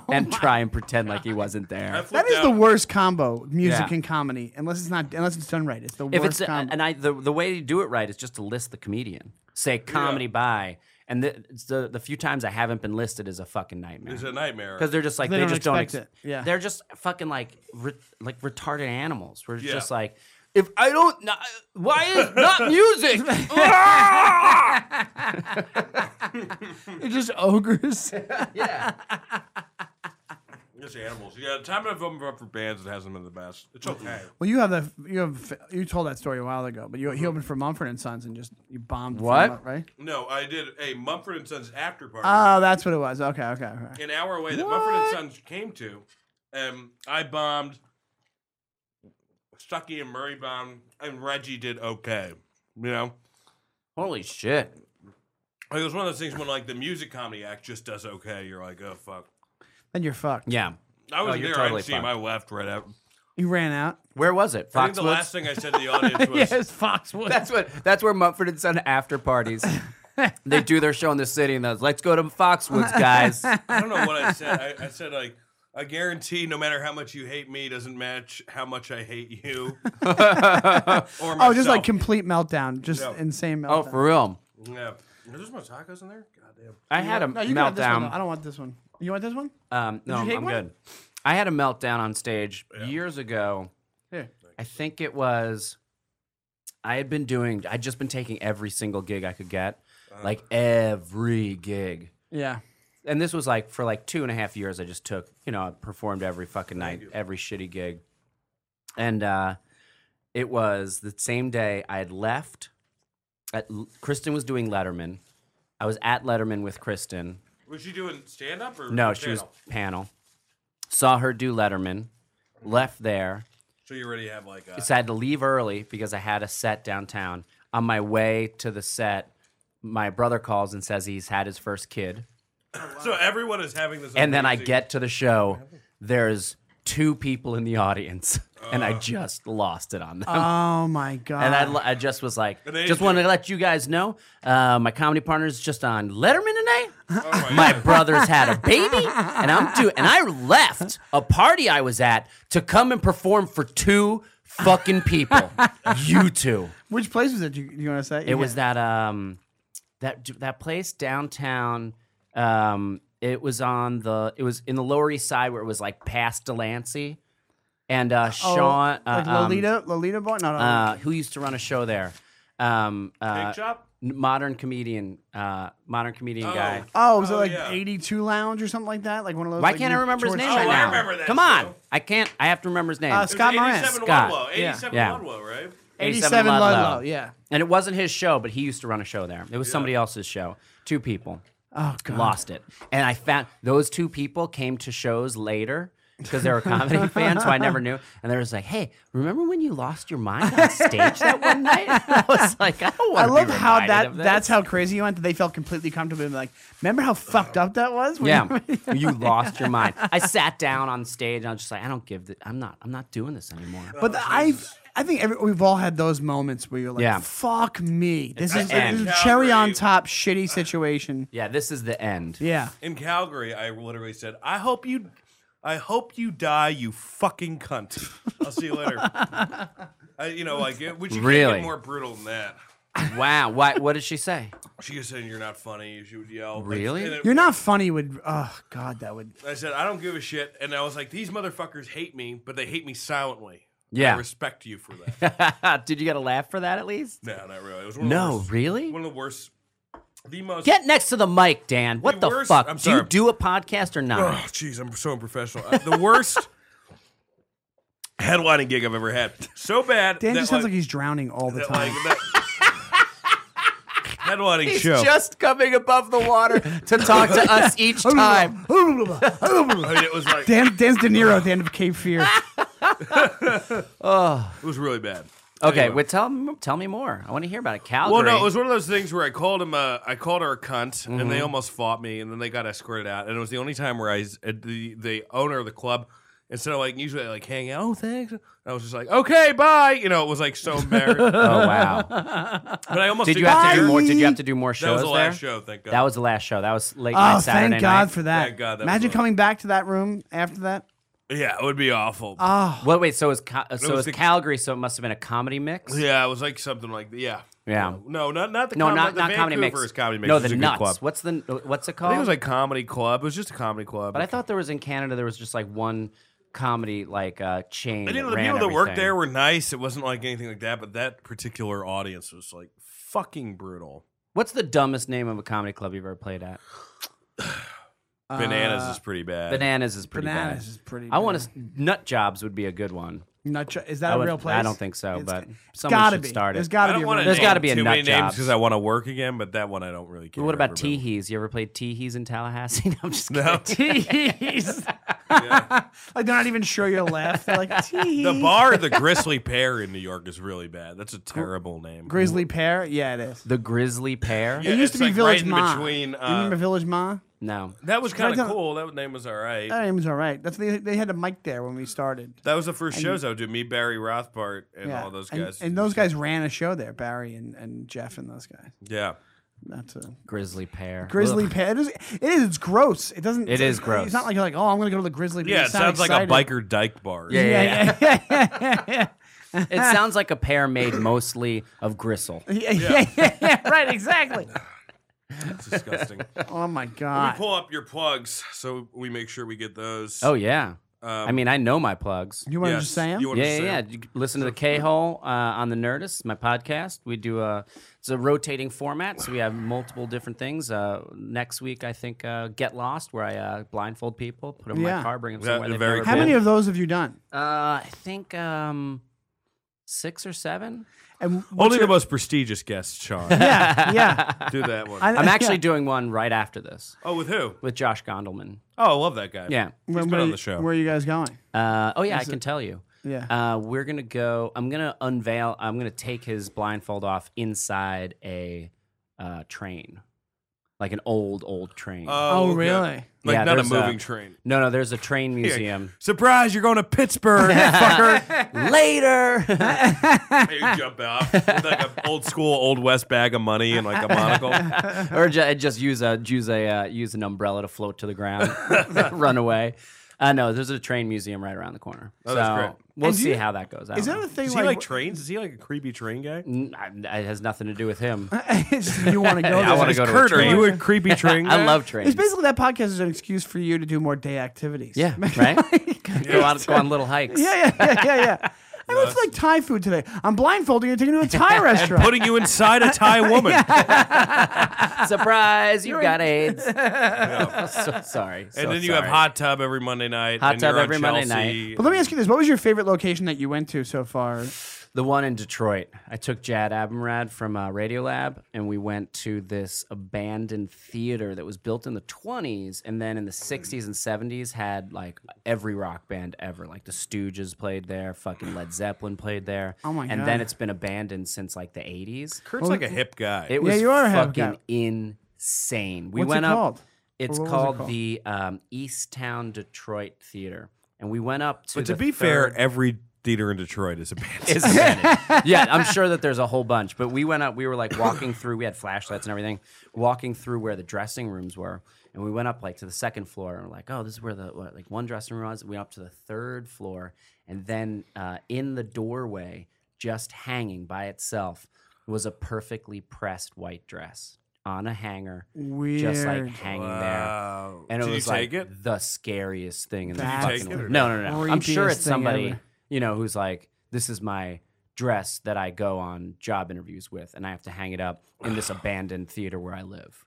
[SPEAKER 2] and try and pretend like he wasn't there.
[SPEAKER 1] That is the worst combo, music
[SPEAKER 2] Yeah.
[SPEAKER 1] and comedy, unless it's not unless it's done right. It's the
[SPEAKER 2] If
[SPEAKER 1] worst
[SPEAKER 2] it's
[SPEAKER 1] combo.
[SPEAKER 2] and I the, the way to do it right is just to list the comedian, say comedy by, and the, it's the the few times I haven't been listed is a fucking nightmare.
[SPEAKER 3] It's a nightmare.
[SPEAKER 2] because they're just like
[SPEAKER 1] They
[SPEAKER 2] they,
[SPEAKER 1] don't
[SPEAKER 2] just don't
[SPEAKER 1] expect
[SPEAKER 2] ex-
[SPEAKER 1] it. Yeah.
[SPEAKER 2] they're just fucking like re- like retarded animals. We're
[SPEAKER 3] Yeah.
[SPEAKER 2] just like if I don't not, why is not music?
[SPEAKER 1] it's just ogres.
[SPEAKER 3] It's animals. Yeah, the time I've opened up for bands, it hasn't been the best. It's okay.
[SPEAKER 1] well, you have the you have you told that story a while ago, but you he opened for Mumford and Sons and just you bombed.
[SPEAKER 2] What?
[SPEAKER 1] From, right?
[SPEAKER 3] No, I did a Mumford and Sons after party
[SPEAKER 1] Oh, that's what it was. Okay, okay, okay.
[SPEAKER 3] an hour away that Mumford and Sons came to. Um, I bombed. Stucky and Murray bombed, and Reggie did okay. You know,
[SPEAKER 2] Holy shit!
[SPEAKER 3] it was one of those things when like the music comedy act just does okay. You're like, oh fuck.
[SPEAKER 1] Then you're fucked.
[SPEAKER 2] Yeah,
[SPEAKER 3] I was
[SPEAKER 2] Oh, you're
[SPEAKER 3] there.
[SPEAKER 2] totally
[SPEAKER 3] I see him. I
[SPEAKER 2] fucked.
[SPEAKER 3] left right out.
[SPEAKER 1] You ran out.
[SPEAKER 2] where was it?
[SPEAKER 3] I think the
[SPEAKER 2] Foxwoods.
[SPEAKER 3] last thing I said to the audience was,
[SPEAKER 1] Foxwood.
[SPEAKER 2] that's what that's where Mumford and Son after parties. they do their show in the city and those let's go to Foxwoods, guys.
[SPEAKER 3] I don't know what I said. I, I said like, I guarantee, no matter how much you hate me, doesn't match how much I hate you. or
[SPEAKER 1] oh, just like
[SPEAKER 3] myself.
[SPEAKER 1] complete meltdown, just
[SPEAKER 3] Yeah.
[SPEAKER 1] insane meltdown.
[SPEAKER 2] oh, for real.
[SPEAKER 3] yeah. Are there more tacos in there? Goddamn.
[SPEAKER 2] I had a
[SPEAKER 1] no, you can have this one. though.
[SPEAKER 2] meltdown.
[SPEAKER 1] I don't want this one. You want this one?
[SPEAKER 2] Um, no,
[SPEAKER 1] you hate
[SPEAKER 2] I'm
[SPEAKER 1] one?
[SPEAKER 2] good. I had a meltdown on stage years ago.
[SPEAKER 1] Here.
[SPEAKER 2] I think it was I had been doing I'd just been taking every single gig I could get.
[SPEAKER 1] Uh.
[SPEAKER 2] Like every gig.
[SPEAKER 1] Yeah.
[SPEAKER 2] And this was like for like two and a half years I just took, you know, I performed every fucking night, every shitty gig. And uh it was the same day I had left. At, Kristen was doing Letterman. I was at Letterman with Kristen.
[SPEAKER 3] Was she doing stand up or
[SPEAKER 2] No, she was
[SPEAKER 3] stand-up?
[SPEAKER 2] panel. Saw her do Letterman. Left there.
[SPEAKER 3] So you already have like a
[SPEAKER 2] So I had to leave early because I had a set downtown. On my way to the set, my brother calls and says he's had his first kid.
[SPEAKER 3] so everyone is having this.
[SPEAKER 2] And then I
[SPEAKER 3] amazing-
[SPEAKER 2] get to the show, there's two people in the audience, and I just lost it on them.
[SPEAKER 1] Oh my god.
[SPEAKER 2] and I, l- I just was like,
[SPEAKER 3] Uh, they
[SPEAKER 2] just
[SPEAKER 3] do-
[SPEAKER 2] wanted to let you guys know, uh, my comedy partner's just on Letterman tonight.
[SPEAKER 3] Oh my,
[SPEAKER 2] my
[SPEAKER 3] God.
[SPEAKER 2] brother's had a baby and I'm doing and I left a party I was at to come and perform for two fucking people. You two.
[SPEAKER 1] Which place was it? You, you want to say?
[SPEAKER 2] It was that um that that place downtown um it was on the it was in the Lower East Side where it was like past Delancey and uh
[SPEAKER 1] Oh,
[SPEAKER 2] Sean uh,
[SPEAKER 1] like
[SPEAKER 2] um,
[SPEAKER 1] Lolita, Lolita Bar. No, no.
[SPEAKER 2] uh, who used to run a show there. Um uh,
[SPEAKER 3] Cake shop.
[SPEAKER 2] n- modern comedian uh modern comedian
[SPEAKER 3] Oh.
[SPEAKER 2] guy.
[SPEAKER 1] Oh, was
[SPEAKER 3] Oh,
[SPEAKER 1] it like
[SPEAKER 3] yeah.
[SPEAKER 1] 82 Lounge or something like that? Like one of those.
[SPEAKER 2] Why
[SPEAKER 1] like,
[SPEAKER 2] can't I
[SPEAKER 1] you
[SPEAKER 2] remember his
[SPEAKER 1] torch-
[SPEAKER 2] name
[SPEAKER 3] Oh,
[SPEAKER 2] right
[SPEAKER 3] I
[SPEAKER 2] now?
[SPEAKER 3] remember that
[SPEAKER 2] Come on,
[SPEAKER 3] show.
[SPEAKER 2] I can't. I have to remember his name.
[SPEAKER 1] Uh, Scott Moran.
[SPEAKER 3] 87
[SPEAKER 2] Scott.
[SPEAKER 3] Ludlow. 87
[SPEAKER 2] Yeah.
[SPEAKER 3] Ludlow, right?
[SPEAKER 1] 87 Ludlow. Yeah.
[SPEAKER 2] And it wasn't his show, but he used to run a show there. It was somebody else's show. Two people
[SPEAKER 1] Oh god.
[SPEAKER 2] lost it, and I found those two people came to shows later. Because they were comedy fans, so I never knew. And they were just like, "Hey, remember when you lost your mind on stage that one night?" I was like, "I don't
[SPEAKER 1] I
[SPEAKER 2] want to
[SPEAKER 1] love how
[SPEAKER 2] Of
[SPEAKER 1] that
[SPEAKER 2] this.
[SPEAKER 1] that's how crazy you went that they felt completely comfortable and like, remember how fucked up that was? When
[SPEAKER 2] Yeah,
[SPEAKER 1] you-
[SPEAKER 2] you lost your mind. I sat down on stage and I was just like, I don't give. The, I'm not. I'm not doing this anymore.
[SPEAKER 1] but I I think every, we've all had those moments where you're like,
[SPEAKER 2] Yeah.
[SPEAKER 1] fuck me. This is,
[SPEAKER 2] And-
[SPEAKER 1] this is a cherry on
[SPEAKER 3] Calgary-
[SPEAKER 1] top shitty situation.
[SPEAKER 2] yeah, this is the end.
[SPEAKER 1] Yeah.
[SPEAKER 3] In Calgary, I literally said, "I hope you, I hope you die, you fucking cunt." I'll see you later. I, you know, like, it, which you can't
[SPEAKER 2] Really?
[SPEAKER 3] get more brutal than that.
[SPEAKER 2] Wow. Why, what did she say?
[SPEAKER 3] She was saying, "You're not funny." She would yell.
[SPEAKER 2] Really?
[SPEAKER 3] And it-
[SPEAKER 1] You're not funny would oh god, that would
[SPEAKER 3] I said, "I don't give a shit," and I was like, "These motherfuckers hate me, but they hate me silently."
[SPEAKER 2] Yeah.
[SPEAKER 3] I respect you for that.
[SPEAKER 2] did you get a laugh for that at least?
[SPEAKER 3] no, not really. It was one of the
[SPEAKER 2] No,
[SPEAKER 3] worst,
[SPEAKER 2] really?
[SPEAKER 3] One of the worst. The most.
[SPEAKER 2] Get next to the mic, Dan. What the,
[SPEAKER 3] The worst-
[SPEAKER 2] fuck?
[SPEAKER 3] I'm
[SPEAKER 2] do you
[SPEAKER 3] sorry.
[SPEAKER 2] do a podcast or
[SPEAKER 3] Oh,
[SPEAKER 2] not?
[SPEAKER 3] jeez, I'm so unprofessional. Uh, the worst headlining gig I've ever had. So bad.
[SPEAKER 1] Dan
[SPEAKER 3] that,
[SPEAKER 1] just sounds like he's drowning all the
[SPEAKER 3] that,
[SPEAKER 1] time.
[SPEAKER 3] like, that- headlining show.
[SPEAKER 2] just coming above the water to talk to us each time.
[SPEAKER 3] I mean, it was like
[SPEAKER 1] Dan Dan's De Niro at the end of Cape Fear. Oh,
[SPEAKER 3] it was really bad.
[SPEAKER 2] Okay,
[SPEAKER 3] Anyway.
[SPEAKER 2] well, tell tell me more. I want to hear about it. Calgary.
[SPEAKER 3] Well, no, it was one of those things where I called him. Uh, I called her a cunt, and
[SPEAKER 2] Mm-hmm.
[SPEAKER 3] they almost fought me, and then they got escorted out. And it was the only time where I, s- uh, the the owner of the club Instead of like usually I like hang out, oh thanks. I was just like, okay, bye. You know, it was like so embarrassed.
[SPEAKER 2] Oh wow!
[SPEAKER 3] but I almost
[SPEAKER 2] Did you have to do
[SPEAKER 1] Bye.
[SPEAKER 2] more? Did you have to do more
[SPEAKER 3] That
[SPEAKER 2] shows
[SPEAKER 3] was the
[SPEAKER 2] there?
[SPEAKER 3] last show. Thank God.
[SPEAKER 2] That was the last show. That was late night
[SPEAKER 1] Oh,
[SPEAKER 2] Saturday
[SPEAKER 1] thank God
[SPEAKER 2] night.
[SPEAKER 1] for that.
[SPEAKER 3] Thank God, that was
[SPEAKER 1] Imagine
[SPEAKER 3] a-
[SPEAKER 1] coming back to that room after that.
[SPEAKER 3] yeah, it would be awful.
[SPEAKER 1] Oh,
[SPEAKER 2] Well, wait. So it was Ca- uh, so it
[SPEAKER 3] was
[SPEAKER 2] was
[SPEAKER 3] the-
[SPEAKER 2] Calgary. So it must have been a comedy mix.
[SPEAKER 3] yeah, it was like something like yeah.
[SPEAKER 2] Yeah.
[SPEAKER 3] No, not not the
[SPEAKER 2] No,
[SPEAKER 3] com-
[SPEAKER 2] not
[SPEAKER 3] the
[SPEAKER 2] not comedy mix.
[SPEAKER 3] Vancouver's comedy mix.
[SPEAKER 2] No,
[SPEAKER 3] which
[SPEAKER 2] the
[SPEAKER 3] is a good club.
[SPEAKER 2] nuts. What's the what's it
[SPEAKER 3] I
[SPEAKER 2] called?
[SPEAKER 3] think it was like comedy club. It was just a comedy club.
[SPEAKER 2] but I thought there was in Canada there was just like one comedy like uh, chain.
[SPEAKER 3] I
[SPEAKER 2] that
[SPEAKER 3] didn't know the
[SPEAKER 2] ran
[SPEAKER 3] people that worked
[SPEAKER 2] everything.
[SPEAKER 3] there were nice. It wasn't like anything like that, but that particular audience was like fucking brutal.
[SPEAKER 2] What's the dumbest name of a comedy club you've ever played at?
[SPEAKER 3] Uh, Bananas is pretty bad.
[SPEAKER 2] Bananas is pretty
[SPEAKER 1] bananas
[SPEAKER 2] bad.
[SPEAKER 1] is pretty.
[SPEAKER 2] I want to. Nut jobs would be a good one.
[SPEAKER 1] Nut jo- is that
[SPEAKER 2] I
[SPEAKER 1] a
[SPEAKER 2] would-
[SPEAKER 1] real place?
[SPEAKER 2] I don't think so,
[SPEAKER 1] It's-
[SPEAKER 2] but
[SPEAKER 1] it's
[SPEAKER 2] someone
[SPEAKER 1] gotta
[SPEAKER 2] should
[SPEAKER 1] be.
[SPEAKER 2] start it.
[SPEAKER 1] There's
[SPEAKER 3] I
[SPEAKER 1] got to
[SPEAKER 3] don't
[SPEAKER 1] be. a
[SPEAKER 3] want
[SPEAKER 1] real
[SPEAKER 3] to.
[SPEAKER 2] There's
[SPEAKER 1] place.
[SPEAKER 2] gotta be a
[SPEAKER 3] too
[SPEAKER 2] nut
[SPEAKER 3] many names
[SPEAKER 2] job.
[SPEAKER 3] because I want to work again, but that one I don't really care.
[SPEAKER 2] What about E?
[SPEAKER 3] remember.
[SPEAKER 2] Teehees? You ever played Teehees in Tallahassee? No, I'm just kidding.
[SPEAKER 3] No.
[SPEAKER 1] Tees. like they're not even sure you'll laugh. They're like tees.
[SPEAKER 3] The bar, the Grizzly Pear in New York is really bad. That's a terrible name.
[SPEAKER 1] Grizzly Pear. Yeah, it is.
[SPEAKER 2] The Grizzly Pear?
[SPEAKER 3] Yeah,
[SPEAKER 1] it used to
[SPEAKER 3] it's
[SPEAKER 1] be
[SPEAKER 3] like
[SPEAKER 1] Village
[SPEAKER 3] right in
[SPEAKER 1] Ma.
[SPEAKER 3] between,
[SPEAKER 1] you remember
[SPEAKER 3] uh,
[SPEAKER 1] Village Ma?
[SPEAKER 2] No.
[SPEAKER 3] That was kind
[SPEAKER 1] Right down-
[SPEAKER 3] of cool. That name was all right.
[SPEAKER 1] That name was all right. That's they, they had a mic there when we started.
[SPEAKER 3] That was the first shows I would do. Me, Barry Rothbart, and
[SPEAKER 1] Yeah,
[SPEAKER 3] all those
[SPEAKER 1] And-
[SPEAKER 3] guys.
[SPEAKER 1] And, those guys ran a show there, Barry and, and Jeff and those guys.
[SPEAKER 3] Yeah.
[SPEAKER 1] That's a
[SPEAKER 2] Grizzly Pear.
[SPEAKER 1] Grizzly
[SPEAKER 2] Ugh.
[SPEAKER 1] Pear. It is, it is. It's gross. It doesn't.
[SPEAKER 2] It is
[SPEAKER 1] It's
[SPEAKER 2] gross.
[SPEAKER 1] not like you're like, oh, I'm gonna go to the Grizzly. Pear.
[SPEAKER 3] Yeah,
[SPEAKER 1] You
[SPEAKER 3] it
[SPEAKER 1] sound
[SPEAKER 3] sounds like a
[SPEAKER 1] excited.
[SPEAKER 3] biker dyke bar.
[SPEAKER 2] Yeah, yeah, yeah.
[SPEAKER 1] Yeah, yeah, yeah, yeah,
[SPEAKER 2] It sounds like a pear made mostly of gristle.
[SPEAKER 1] yeah, yeah, yeah, yeah. Right, exactly.
[SPEAKER 3] It's disgusting.
[SPEAKER 1] Oh my
[SPEAKER 3] we
[SPEAKER 1] god.
[SPEAKER 3] pull up your plugs so we make sure we get those.
[SPEAKER 2] Oh, yeah. I mean, I know my plugs.
[SPEAKER 1] Um, you want to
[SPEAKER 3] yes.
[SPEAKER 1] just say 'em?
[SPEAKER 3] You wanna
[SPEAKER 2] Yeah,
[SPEAKER 3] just
[SPEAKER 2] yeah,
[SPEAKER 3] say
[SPEAKER 2] yeah.
[SPEAKER 3] 'em?
[SPEAKER 2] You can Listen to the K Hole uh, on the Nerdist, my podcast. We do a it's a rotating format, so we have multiple different things. Uh, next week, I think uh, Get Lost, where I uh, blindfold people, put them in
[SPEAKER 1] Yeah.
[SPEAKER 2] my car, bring them
[SPEAKER 3] Yeah,
[SPEAKER 2] somewhere. they've
[SPEAKER 3] they're very
[SPEAKER 2] never
[SPEAKER 1] How
[SPEAKER 3] cool.
[SPEAKER 2] been.
[SPEAKER 1] many of those have you done?
[SPEAKER 2] Uh, I think um, six or seven.
[SPEAKER 1] And what's
[SPEAKER 3] Only
[SPEAKER 1] your-
[SPEAKER 3] the most prestigious guests, Sean.
[SPEAKER 1] Yeah, yeah.
[SPEAKER 3] Do that one.
[SPEAKER 1] I-
[SPEAKER 2] I'm actually
[SPEAKER 1] yeah.
[SPEAKER 2] doing one right after this
[SPEAKER 3] oh, with who?
[SPEAKER 2] with Josh Gondelman.
[SPEAKER 3] Oh, I love that guy.
[SPEAKER 2] Yeah.
[SPEAKER 1] Where-
[SPEAKER 3] been
[SPEAKER 1] where
[SPEAKER 3] on
[SPEAKER 1] you-
[SPEAKER 3] the show.
[SPEAKER 1] Where are you guys going?
[SPEAKER 2] Uh, oh yeah, I can tell you.
[SPEAKER 1] Yeah.
[SPEAKER 2] Uh, we're gonna go. I'm gonna unveil. I'm gonna take his blindfold off inside a uh, train, like an old old train.
[SPEAKER 1] oh,
[SPEAKER 3] okay.
[SPEAKER 1] really?
[SPEAKER 3] Like
[SPEAKER 2] Yeah,
[SPEAKER 3] not a
[SPEAKER 2] there's a-
[SPEAKER 3] moving train.
[SPEAKER 2] no, no, there's a train museum.
[SPEAKER 3] Surprise! You're going to Pittsburgh, fucker.
[SPEAKER 2] Later.
[SPEAKER 3] you jump off with like an old school, old west bag of money and like a monocle.
[SPEAKER 2] or ju- just use a use a uh, use an umbrella to float to the ground, run away. Uh, no, there's a train museum right around the corner.
[SPEAKER 3] Oh,
[SPEAKER 2] so
[SPEAKER 3] that's great.
[SPEAKER 2] we'll
[SPEAKER 1] And do
[SPEAKER 2] see
[SPEAKER 1] you-
[SPEAKER 2] how that goes. I
[SPEAKER 1] Is
[SPEAKER 2] don't
[SPEAKER 1] that a thing?
[SPEAKER 3] Is he
[SPEAKER 1] like,
[SPEAKER 3] like trains? Is he like a creepy train guy?
[SPEAKER 2] know. N- I- it has nothing to do with him.
[SPEAKER 1] It's just you want to go?
[SPEAKER 2] I
[SPEAKER 1] there.
[SPEAKER 2] wanna
[SPEAKER 3] Says,
[SPEAKER 2] go to a
[SPEAKER 3] Oh, Kurt, are
[SPEAKER 2] train.
[SPEAKER 3] you a creepy train?
[SPEAKER 2] I
[SPEAKER 3] guy?"
[SPEAKER 2] love trains.
[SPEAKER 1] It's basically that podcast is an excuse for you to do more day activities.
[SPEAKER 2] Yeah,
[SPEAKER 1] Like-
[SPEAKER 2] right?
[SPEAKER 1] yeah,
[SPEAKER 2] go, out, go on little hikes.
[SPEAKER 1] yeah, yeah, yeah, yeah. I went to like Thai food today. I'm blindfolding you and taking you to a Thai restaurant.
[SPEAKER 3] putting you inside a Thai woman.
[SPEAKER 2] Surprise, you've got AIDS. so sorry. so
[SPEAKER 3] And then you have
[SPEAKER 2] sorry.
[SPEAKER 3] hot tub every Monday night.
[SPEAKER 2] Hot
[SPEAKER 3] and
[SPEAKER 2] tub
[SPEAKER 3] you're on
[SPEAKER 2] every Monday
[SPEAKER 3] Chelsea.
[SPEAKER 1] but let me ask you this: What was your favorite location that you went to so far?
[SPEAKER 2] The one in Detroit. I took Jad Abumrad from uh, Radio Lab, and we went to this abandoned theater that was built in the 20s, and then in the 60s and 70s had like every rock band ever. Like the Stooges played there, fucking Led Zeppelin played there.
[SPEAKER 1] Oh my
[SPEAKER 2] And
[SPEAKER 1] God.
[SPEAKER 2] then it's been abandoned since like the 80s.
[SPEAKER 3] Kurt's like a hip guy.
[SPEAKER 2] It was
[SPEAKER 1] you are a hip
[SPEAKER 2] fucking
[SPEAKER 1] guy.
[SPEAKER 2] insane. We
[SPEAKER 1] What's
[SPEAKER 2] went
[SPEAKER 1] it
[SPEAKER 2] up.
[SPEAKER 1] called?
[SPEAKER 2] It's
[SPEAKER 1] what was it
[SPEAKER 2] called,
[SPEAKER 1] called?
[SPEAKER 2] the um, Easttown Detroit Theater, and we went up to.
[SPEAKER 3] but to
[SPEAKER 2] the
[SPEAKER 3] be
[SPEAKER 2] third-
[SPEAKER 3] fair, every theater in Detroit is a band.
[SPEAKER 2] is abandoned. yeah, I'm sure that there's a whole bunch. But we went up. We were like walking through. We had flashlights and everything. Walking through where the dressing rooms were, and we went up like to the second floor, and we're like, oh, this is where the what, like one dressing room was. We went up to the third floor, and then uh, in the doorway, just hanging by itself, was a perfectly pressed white dress on a hanger, just like
[SPEAKER 1] Weird.
[SPEAKER 2] hanging there.
[SPEAKER 3] Wow.
[SPEAKER 2] And it
[SPEAKER 3] Did
[SPEAKER 2] was
[SPEAKER 3] you take
[SPEAKER 2] like
[SPEAKER 3] it?
[SPEAKER 2] the scariest thing in the
[SPEAKER 1] That's
[SPEAKER 2] fucking
[SPEAKER 3] the
[SPEAKER 2] world. No, no, no. I'm sure
[SPEAKER 1] creepiest
[SPEAKER 2] it's
[SPEAKER 1] thing
[SPEAKER 2] somebody,
[SPEAKER 1] ever.
[SPEAKER 2] you know, who's like, this is my dress that I go on job interviews with, and I have to hang it up in this abandoned theater where I live.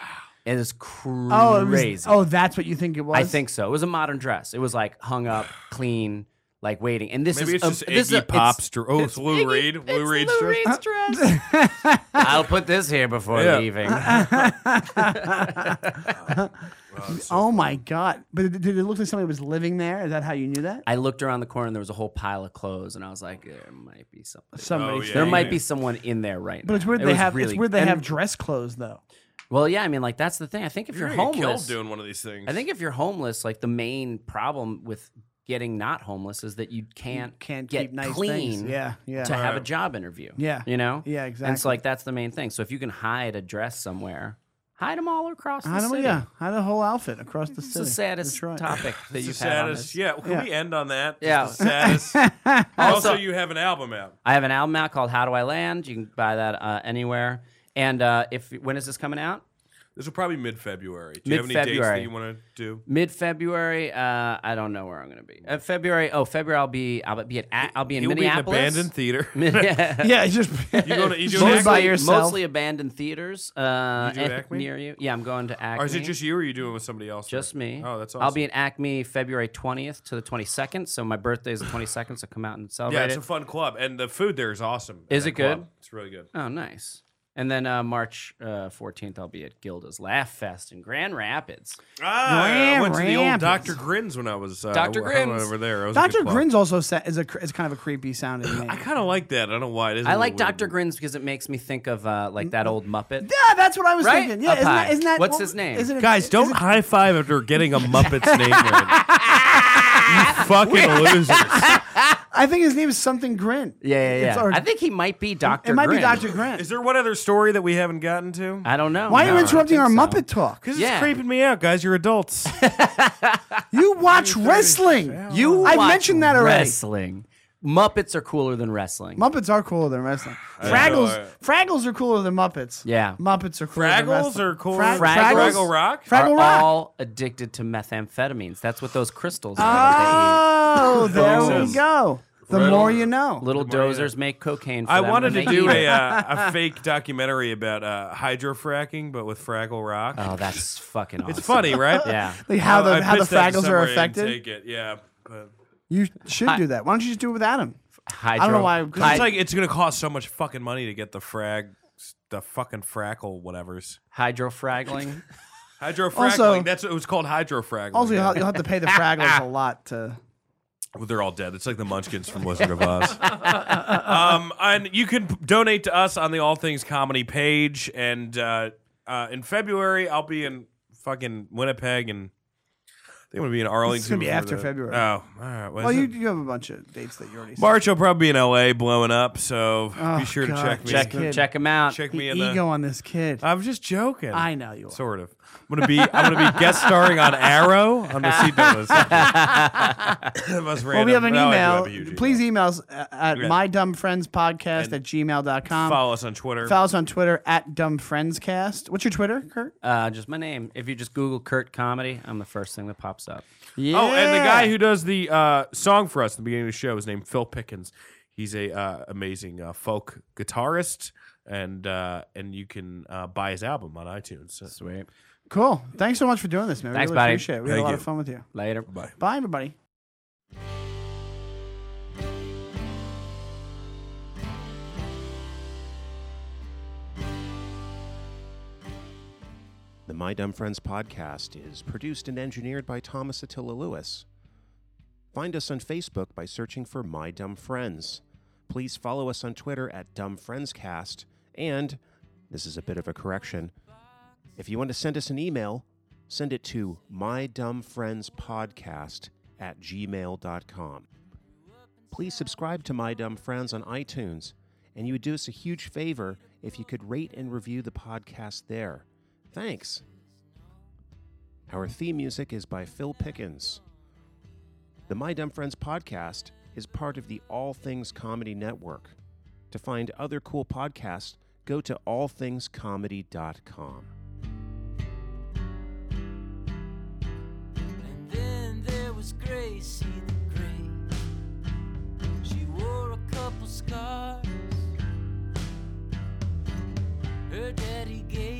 [SPEAKER 2] Wow. It is crazy.
[SPEAKER 1] Oh, it was- oh, that's what you think it was.
[SPEAKER 2] I think so. It was a modern dress. It was like hung up, clean, like waiting. And this
[SPEAKER 3] Maybe
[SPEAKER 2] is
[SPEAKER 3] it's just
[SPEAKER 2] a, this is a-
[SPEAKER 3] Iggy Pop's dr- Oh, it's Lou Reed.
[SPEAKER 2] It's
[SPEAKER 3] Lou Reed's
[SPEAKER 2] Lou
[SPEAKER 3] dress.
[SPEAKER 2] Reed's dress. I'll put this here before
[SPEAKER 3] Yeah.
[SPEAKER 2] leaving.
[SPEAKER 1] oh my god! But did did it look like somebody was living there? Is that how you knew that?
[SPEAKER 2] I looked around the corner and there was a whole pile of clothes, and I was like, there might be something.
[SPEAKER 1] Somebody.
[SPEAKER 3] Oh, yeah.
[SPEAKER 2] There
[SPEAKER 1] saying
[SPEAKER 2] might
[SPEAKER 1] it.
[SPEAKER 2] be someone in there right now.
[SPEAKER 1] But it's weird
[SPEAKER 2] It
[SPEAKER 1] they
[SPEAKER 2] was
[SPEAKER 1] have.
[SPEAKER 2] really-
[SPEAKER 1] it's weird they
[SPEAKER 2] and-
[SPEAKER 1] have dress clothes though.
[SPEAKER 2] Well, yeah, I mean, like that's the thing. I think if you're,
[SPEAKER 3] You're gonna get killed
[SPEAKER 2] homeless,
[SPEAKER 3] doing one of these things.
[SPEAKER 2] I think if you're homeless, like the main problem with getting not homeless is that you can't
[SPEAKER 1] Can't
[SPEAKER 2] get
[SPEAKER 1] keep nice
[SPEAKER 2] clean.
[SPEAKER 1] things. Yeah, yeah.
[SPEAKER 2] To have a job interview.
[SPEAKER 1] Yeah.
[SPEAKER 2] You know.
[SPEAKER 1] Yeah,
[SPEAKER 2] And it's
[SPEAKER 1] exactly.
[SPEAKER 2] like that's the main thing. So if you can hide a dress somewhere, hide them all across the
[SPEAKER 1] I don't,
[SPEAKER 2] city.
[SPEAKER 1] yeah, I had a whole outfit across the city.
[SPEAKER 2] It's the saddest
[SPEAKER 1] That's right.
[SPEAKER 2] topic that
[SPEAKER 3] It's the
[SPEAKER 2] you've had on
[SPEAKER 3] saddest.
[SPEAKER 2] this.
[SPEAKER 3] Yeah, can we end on that?
[SPEAKER 2] Yeah.
[SPEAKER 3] It's the saddest. also, you have an album out.
[SPEAKER 2] I have an album out called How Do I Land. You can buy that uh, anywhere. And uh, if when is this coming out?
[SPEAKER 3] This will probably mid February. Do you have any dates that
[SPEAKER 2] Mid-February.
[SPEAKER 3] you want to do?
[SPEAKER 2] Mid February. Uh, I don't know where I'm gonna be. Uh, February. Oh, February. I'll be. I'll be at. I'll be in
[SPEAKER 3] He will be in an
[SPEAKER 2] Minneapolis.
[SPEAKER 3] abandoned theater.
[SPEAKER 2] yeah.
[SPEAKER 1] Yeah, it's just
[SPEAKER 3] You go to you do an
[SPEAKER 1] Mostly-
[SPEAKER 3] Acme?
[SPEAKER 1] by yourself.
[SPEAKER 2] Mostly abandoned theators. Uh,
[SPEAKER 3] You do
[SPEAKER 2] and-
[SPEAKER 3] Acme?
[SPEAKER 2] near you. Yeah, I'm going to Acme.
[SPEAKER 3] Or is it just you, or are you doing it with somebody else?
[SPEAKER 2] Just me.
[SPEAKER 3] Oh, that's
[SPEAKER 2] I'll
[SPEAKER 3] awesome.
[SPEAKER 2] be in Acme February 20th to the 22nd. So my birthday is the 22nd. So come out and celebrate
[SPEAKER 3] Yeah, it's
[SPEAKER 2] it.
[SPEAKER 3] a fun club, and the food there is awesome.
[SPEAKER 2] Is
[SPEAKER 3] at
[SPEAKER 2] it
[SPEAKER 3] that club.
[SPEAKER 2] good?
[SPEAKER 3] It's really good.
[SPEAKER 2] Oh, nice. And then uh, March uh, 14th, I'll be at Gilda's Laugh Fest in Grand Rapids.
[SPEAKER 3] Ah, I went to the old
[SPEAKER 1] Grand
[SPEAKER 3] Doctor Grins when I was uh,
[SPEAKER 2] Dr.
[SPEAKER 3] I went
[SPEAKER 2] Grins.
[SPEAKER 3] over there. It was a good
[SPEAKER 1] Doctor
[SPEAKER 3] club.
[SPEAKER 1] Grins also sa- is a cr- is kind of a creepy sounding name.
[SPEAKER 3] I kind of like that. I don't know why. It is a
[SPEAKER 2] I
[SPEAKER 3] little
[SPEAKER 2] like
[SPEAKER 3] weird.
[SPEAKER 2] Dr. Grins because it makes me think of uh, like
[SPEAKER 1] Mm,
[SPEAKER 2] that old Muppet.
[SPEAKER 1] yeah, that's what I was
[SPEAKER 2] Right?
[SPEAKER 1] thinking. Yeah,
[SPEAKER 2] Up
[SPEAKER 1] isn't
[SPEAKER 2] high.
[SPEAKER 1] that, isn't that
[SPEAKER 2] What's
[SPEAKER 1] what-
[SPEAKER 2] his name?
[SPEAKER 1] Isn't it,
[SPEAKER 3] Guys, don't high five after getting a Muppet's name right. You fucking losers.
[SPEAKER 1] I think his name is something Grin.
[SPEAKER 2] Yeah, yeah,
[SPEAKER 1] It's-
[SPEAKER 2] yeah.
[SPEAKER 1] or-
[SPEAKER 2] I think he might be Dr.
[SPEAKER 1] it might
[SPEAKER 2] Grin.
[SPEAKER 1] be Doctor Grin.
[SPEAKER 3] Is there one other story that we haven't gotten to?
[SPEAKER 2] I don't know.
[SPEAKER 1] Why are
[SPEAKER 2] No,
[SPEAKER 1] you
[SPEAKER 2] I
[SPEAKER 1] interrupting our
[SPEAKER 2] don't think so.
[SPEAKER 1] Muppet talk?
[SPEAKER 3] Because
[SPEAKER 2] Yeah.
[SPEAKER 3] it's creeping me out, guys. You're adults.
[SPEAKER 1] You watch wrestling.
[SPEAKER 2] You
[SPEAKER 1] I
[SPEAKER 2] watch
[SPEAKER 1] mentioned that already.
[SPEAKER 2] Wrestling. Muppets are cooler than wrestling.
[SPEAKER 1] Muppets are cooler than wrestling.
[SPEAKER 3] know,
[SPEAKER 1] Fraggles,
[SPEAKER 3] I-
[SPEAKER 1] Fraggles are cooler than Muppets.
[SPEAKER 2] Yeah.
[SPEAKER 1] Muppets are cooler than
[SPEAKER 3] Fraggles
[SPEAKER 1] wrestling.
[SPEAKER 3] are cool.
[SPEAKER 1] Fra-
[SPEAKER 2] Fraggles?
[SPEAKER 3] Fraggle Rock.
[SPEAKER 2] are
[SPEAKER 1] Fraggle Rock.
[SPEAKER 2] all addicted to methamphetamines. That's what those crystals are.
[SPEAKER 1] Oh, there
[SPEAKER 3] Fraggles.
[SPEAKER 1] we go. The
[SPEAKER 3] Fraggles.
[SPEAKER 1] more you
[SPEAKER 2] that
[SPEAKER 1] know.
[SPEAKER 2] They eat. Little dozers make cocaine. For
[SPEAKER 3] I
[SPEAKER 2] them
[SPEAKER 3] wanted
[SPEAKER 2] when
[SPEAKER 3] to
[SPEAKER 2] they
[SPEAKER 3] do
[SPEAKER 2] eat
[SPEAKER 3] a,
[SPEAKER 2] it.
[SPEAKER 3] uh, a fake documentary about uh, hydrofracking, but with Fraggle Rock.
[SPEAKER 2] Oh, that's fucking awesome.
[SPEAKER 3] it's funny, right?
[SPEAKER 2] Yeah.
[SPEAKER 1] Like how
[SPEAKER 3] I
[SPEAKER 1] the how the
[SPEAKER 3] pitched that to
[SPEAKER 1] Fraggles are
[SPEAKER 3] somebody, I didn't
[SPEAKER 1] affected.
[SPEAKER 3] Take it, yeah. But
[SPEAKER 1] You should do that. Why don't you just do it with Adam?
[SPEAKER 2] Hydro,
[SPEAKER 1] I don't know why. I-
[SPEAKER 3] 'Cause it's like it's gonna cost so much fucking money to get the frag, the fucking frackle whatever's
[SPEAKER 2] hydrofraggling.
[SPEAKER 3] hydrofraggling.
[SPEAKER 1] Also-
[SPEAKER 3] that's what it was called hydrofraggling.
[SPEAKER 1] Also, you'll
[SPEAKER 3] yeah.
[SPEAKER 1] have, you'll have to pay the Fraggles a lot to.
[SPEAKER 3] Well, they're all dead. It's like the Munchkins from Wizard of Oz. um, and you can p- donate to us on the All Things Comedy page. And uh, uh, in February, I'll be in fucking Winnipeg, and I think I'm gonna be in Arlington.
[SPEAKER 1] It's gonna be
[SPEAKER 3] before
[SPEAKER 1] after
[SPEAKER 3] that.
[SPEAKER 1] February.
[SPEAKER 3] Oh, all right. Well,
[SPEAKER 1] Well,
[SPEAKER 3] is
[SPEAKER 1] you,
[SPEAKER 3] it-
[SPEAKER 1] you have a bunch of dates that you already. said.
[SPEAKER 3] March, I'll probably be in LA blowing up. So be
[SPEAKER 1] Oh,
[SPEAKER 3] sure to
[SPEAKER 1] God.
[SPEAKER 3] check me.
[SPEAKER 2] check
[SPEAKER 1] Kid.
[SPEAKER 2] check him out.
[SPEAKER 3] check
[SPEAKER 1] The
[SPEAKER 3] me uh, Ah, in
[SPEAKER 1] ego
[SPEAKER 3] the.
[SPEAKER 1] on this kid.
[SPEAKER 3] I'm just joking.
[SPEAKER 1] I know you are.
[SPEAKER 3] Sort of. I'm gonna be. I'm gonna be guest starring on Arrow on the CW.
[SPEAKER 1] well,
[SPEAKER 3] well,
[SPEAKER 1] we have an
[SPEAKER 3] Have
[SPEAKER 1] email.
[SPEAKER 3] a huge email.
[SPEAKER 1] Please email us uh, at
[SPEAKER 3] Yeah.
[SPEAKER 1] mydumbfriendspodcast at gmail.com.
[SPEAKER 3] follow us on Twitter.
[SPEAKER 1] um, Follow us on Twitter at dumbfriendscast. What's your Twitter, Kurt?
[SPEAKER 2] Uh, just my name. If you just Google Kurt comedy, I'm the first thing that pops up.
[SPEAKER 1] Yeah.
[SPEAKER 3] Oh, and the guy who does the uh, song for us at the beginning of the show is named Phil Pickens. He's a uh, amazing uh, folk guitarist, and uh, and you can uh, buy his album on iTunes. So-
[SPEAKER 2] Sweet.
[SPEAKER 1] Cool. Thanks so much for doing this, man.
[SPEAKER 2] Thanks,
[SPEAKER 1] we really
[SPEAKER 2] buddy.
[SPEAKER 1] appreciate it. We had a
[SPEAKER 3] Thank
[SPEAKER 1] lot
[SPEAKER 3] you.
[SPEAKER 1] of fun with you.
[SPEAKER 2] Later. Bye.
[SPEAKER 1] Bye, everybody.
[SPEAKER 5] The My Dumb Friends podcast is produced and engineered by Thomas Attila Lewis. Find us on Facebook by searching for My Dumb Friends. Please follow us on Twitter at Dumb Friends Cast. And this is a bit of a correction. If you want to send us an email, send it to mydumbfriendspodcast at gmail.com. Please subscribe to My Dumb Friends on iTunes, and you would do us a huge favor if you could rate and review the podcast there. Thanks. Our theme music is by Phil Pickens. The My Dumb Friends podcast is part of the All Things Comedy Network. To find other cool podcasts, go to allthingscomedy.com.
[SPEAKER 6] And then there was Gracie the Great. She wore a couple scars. Her daddy gave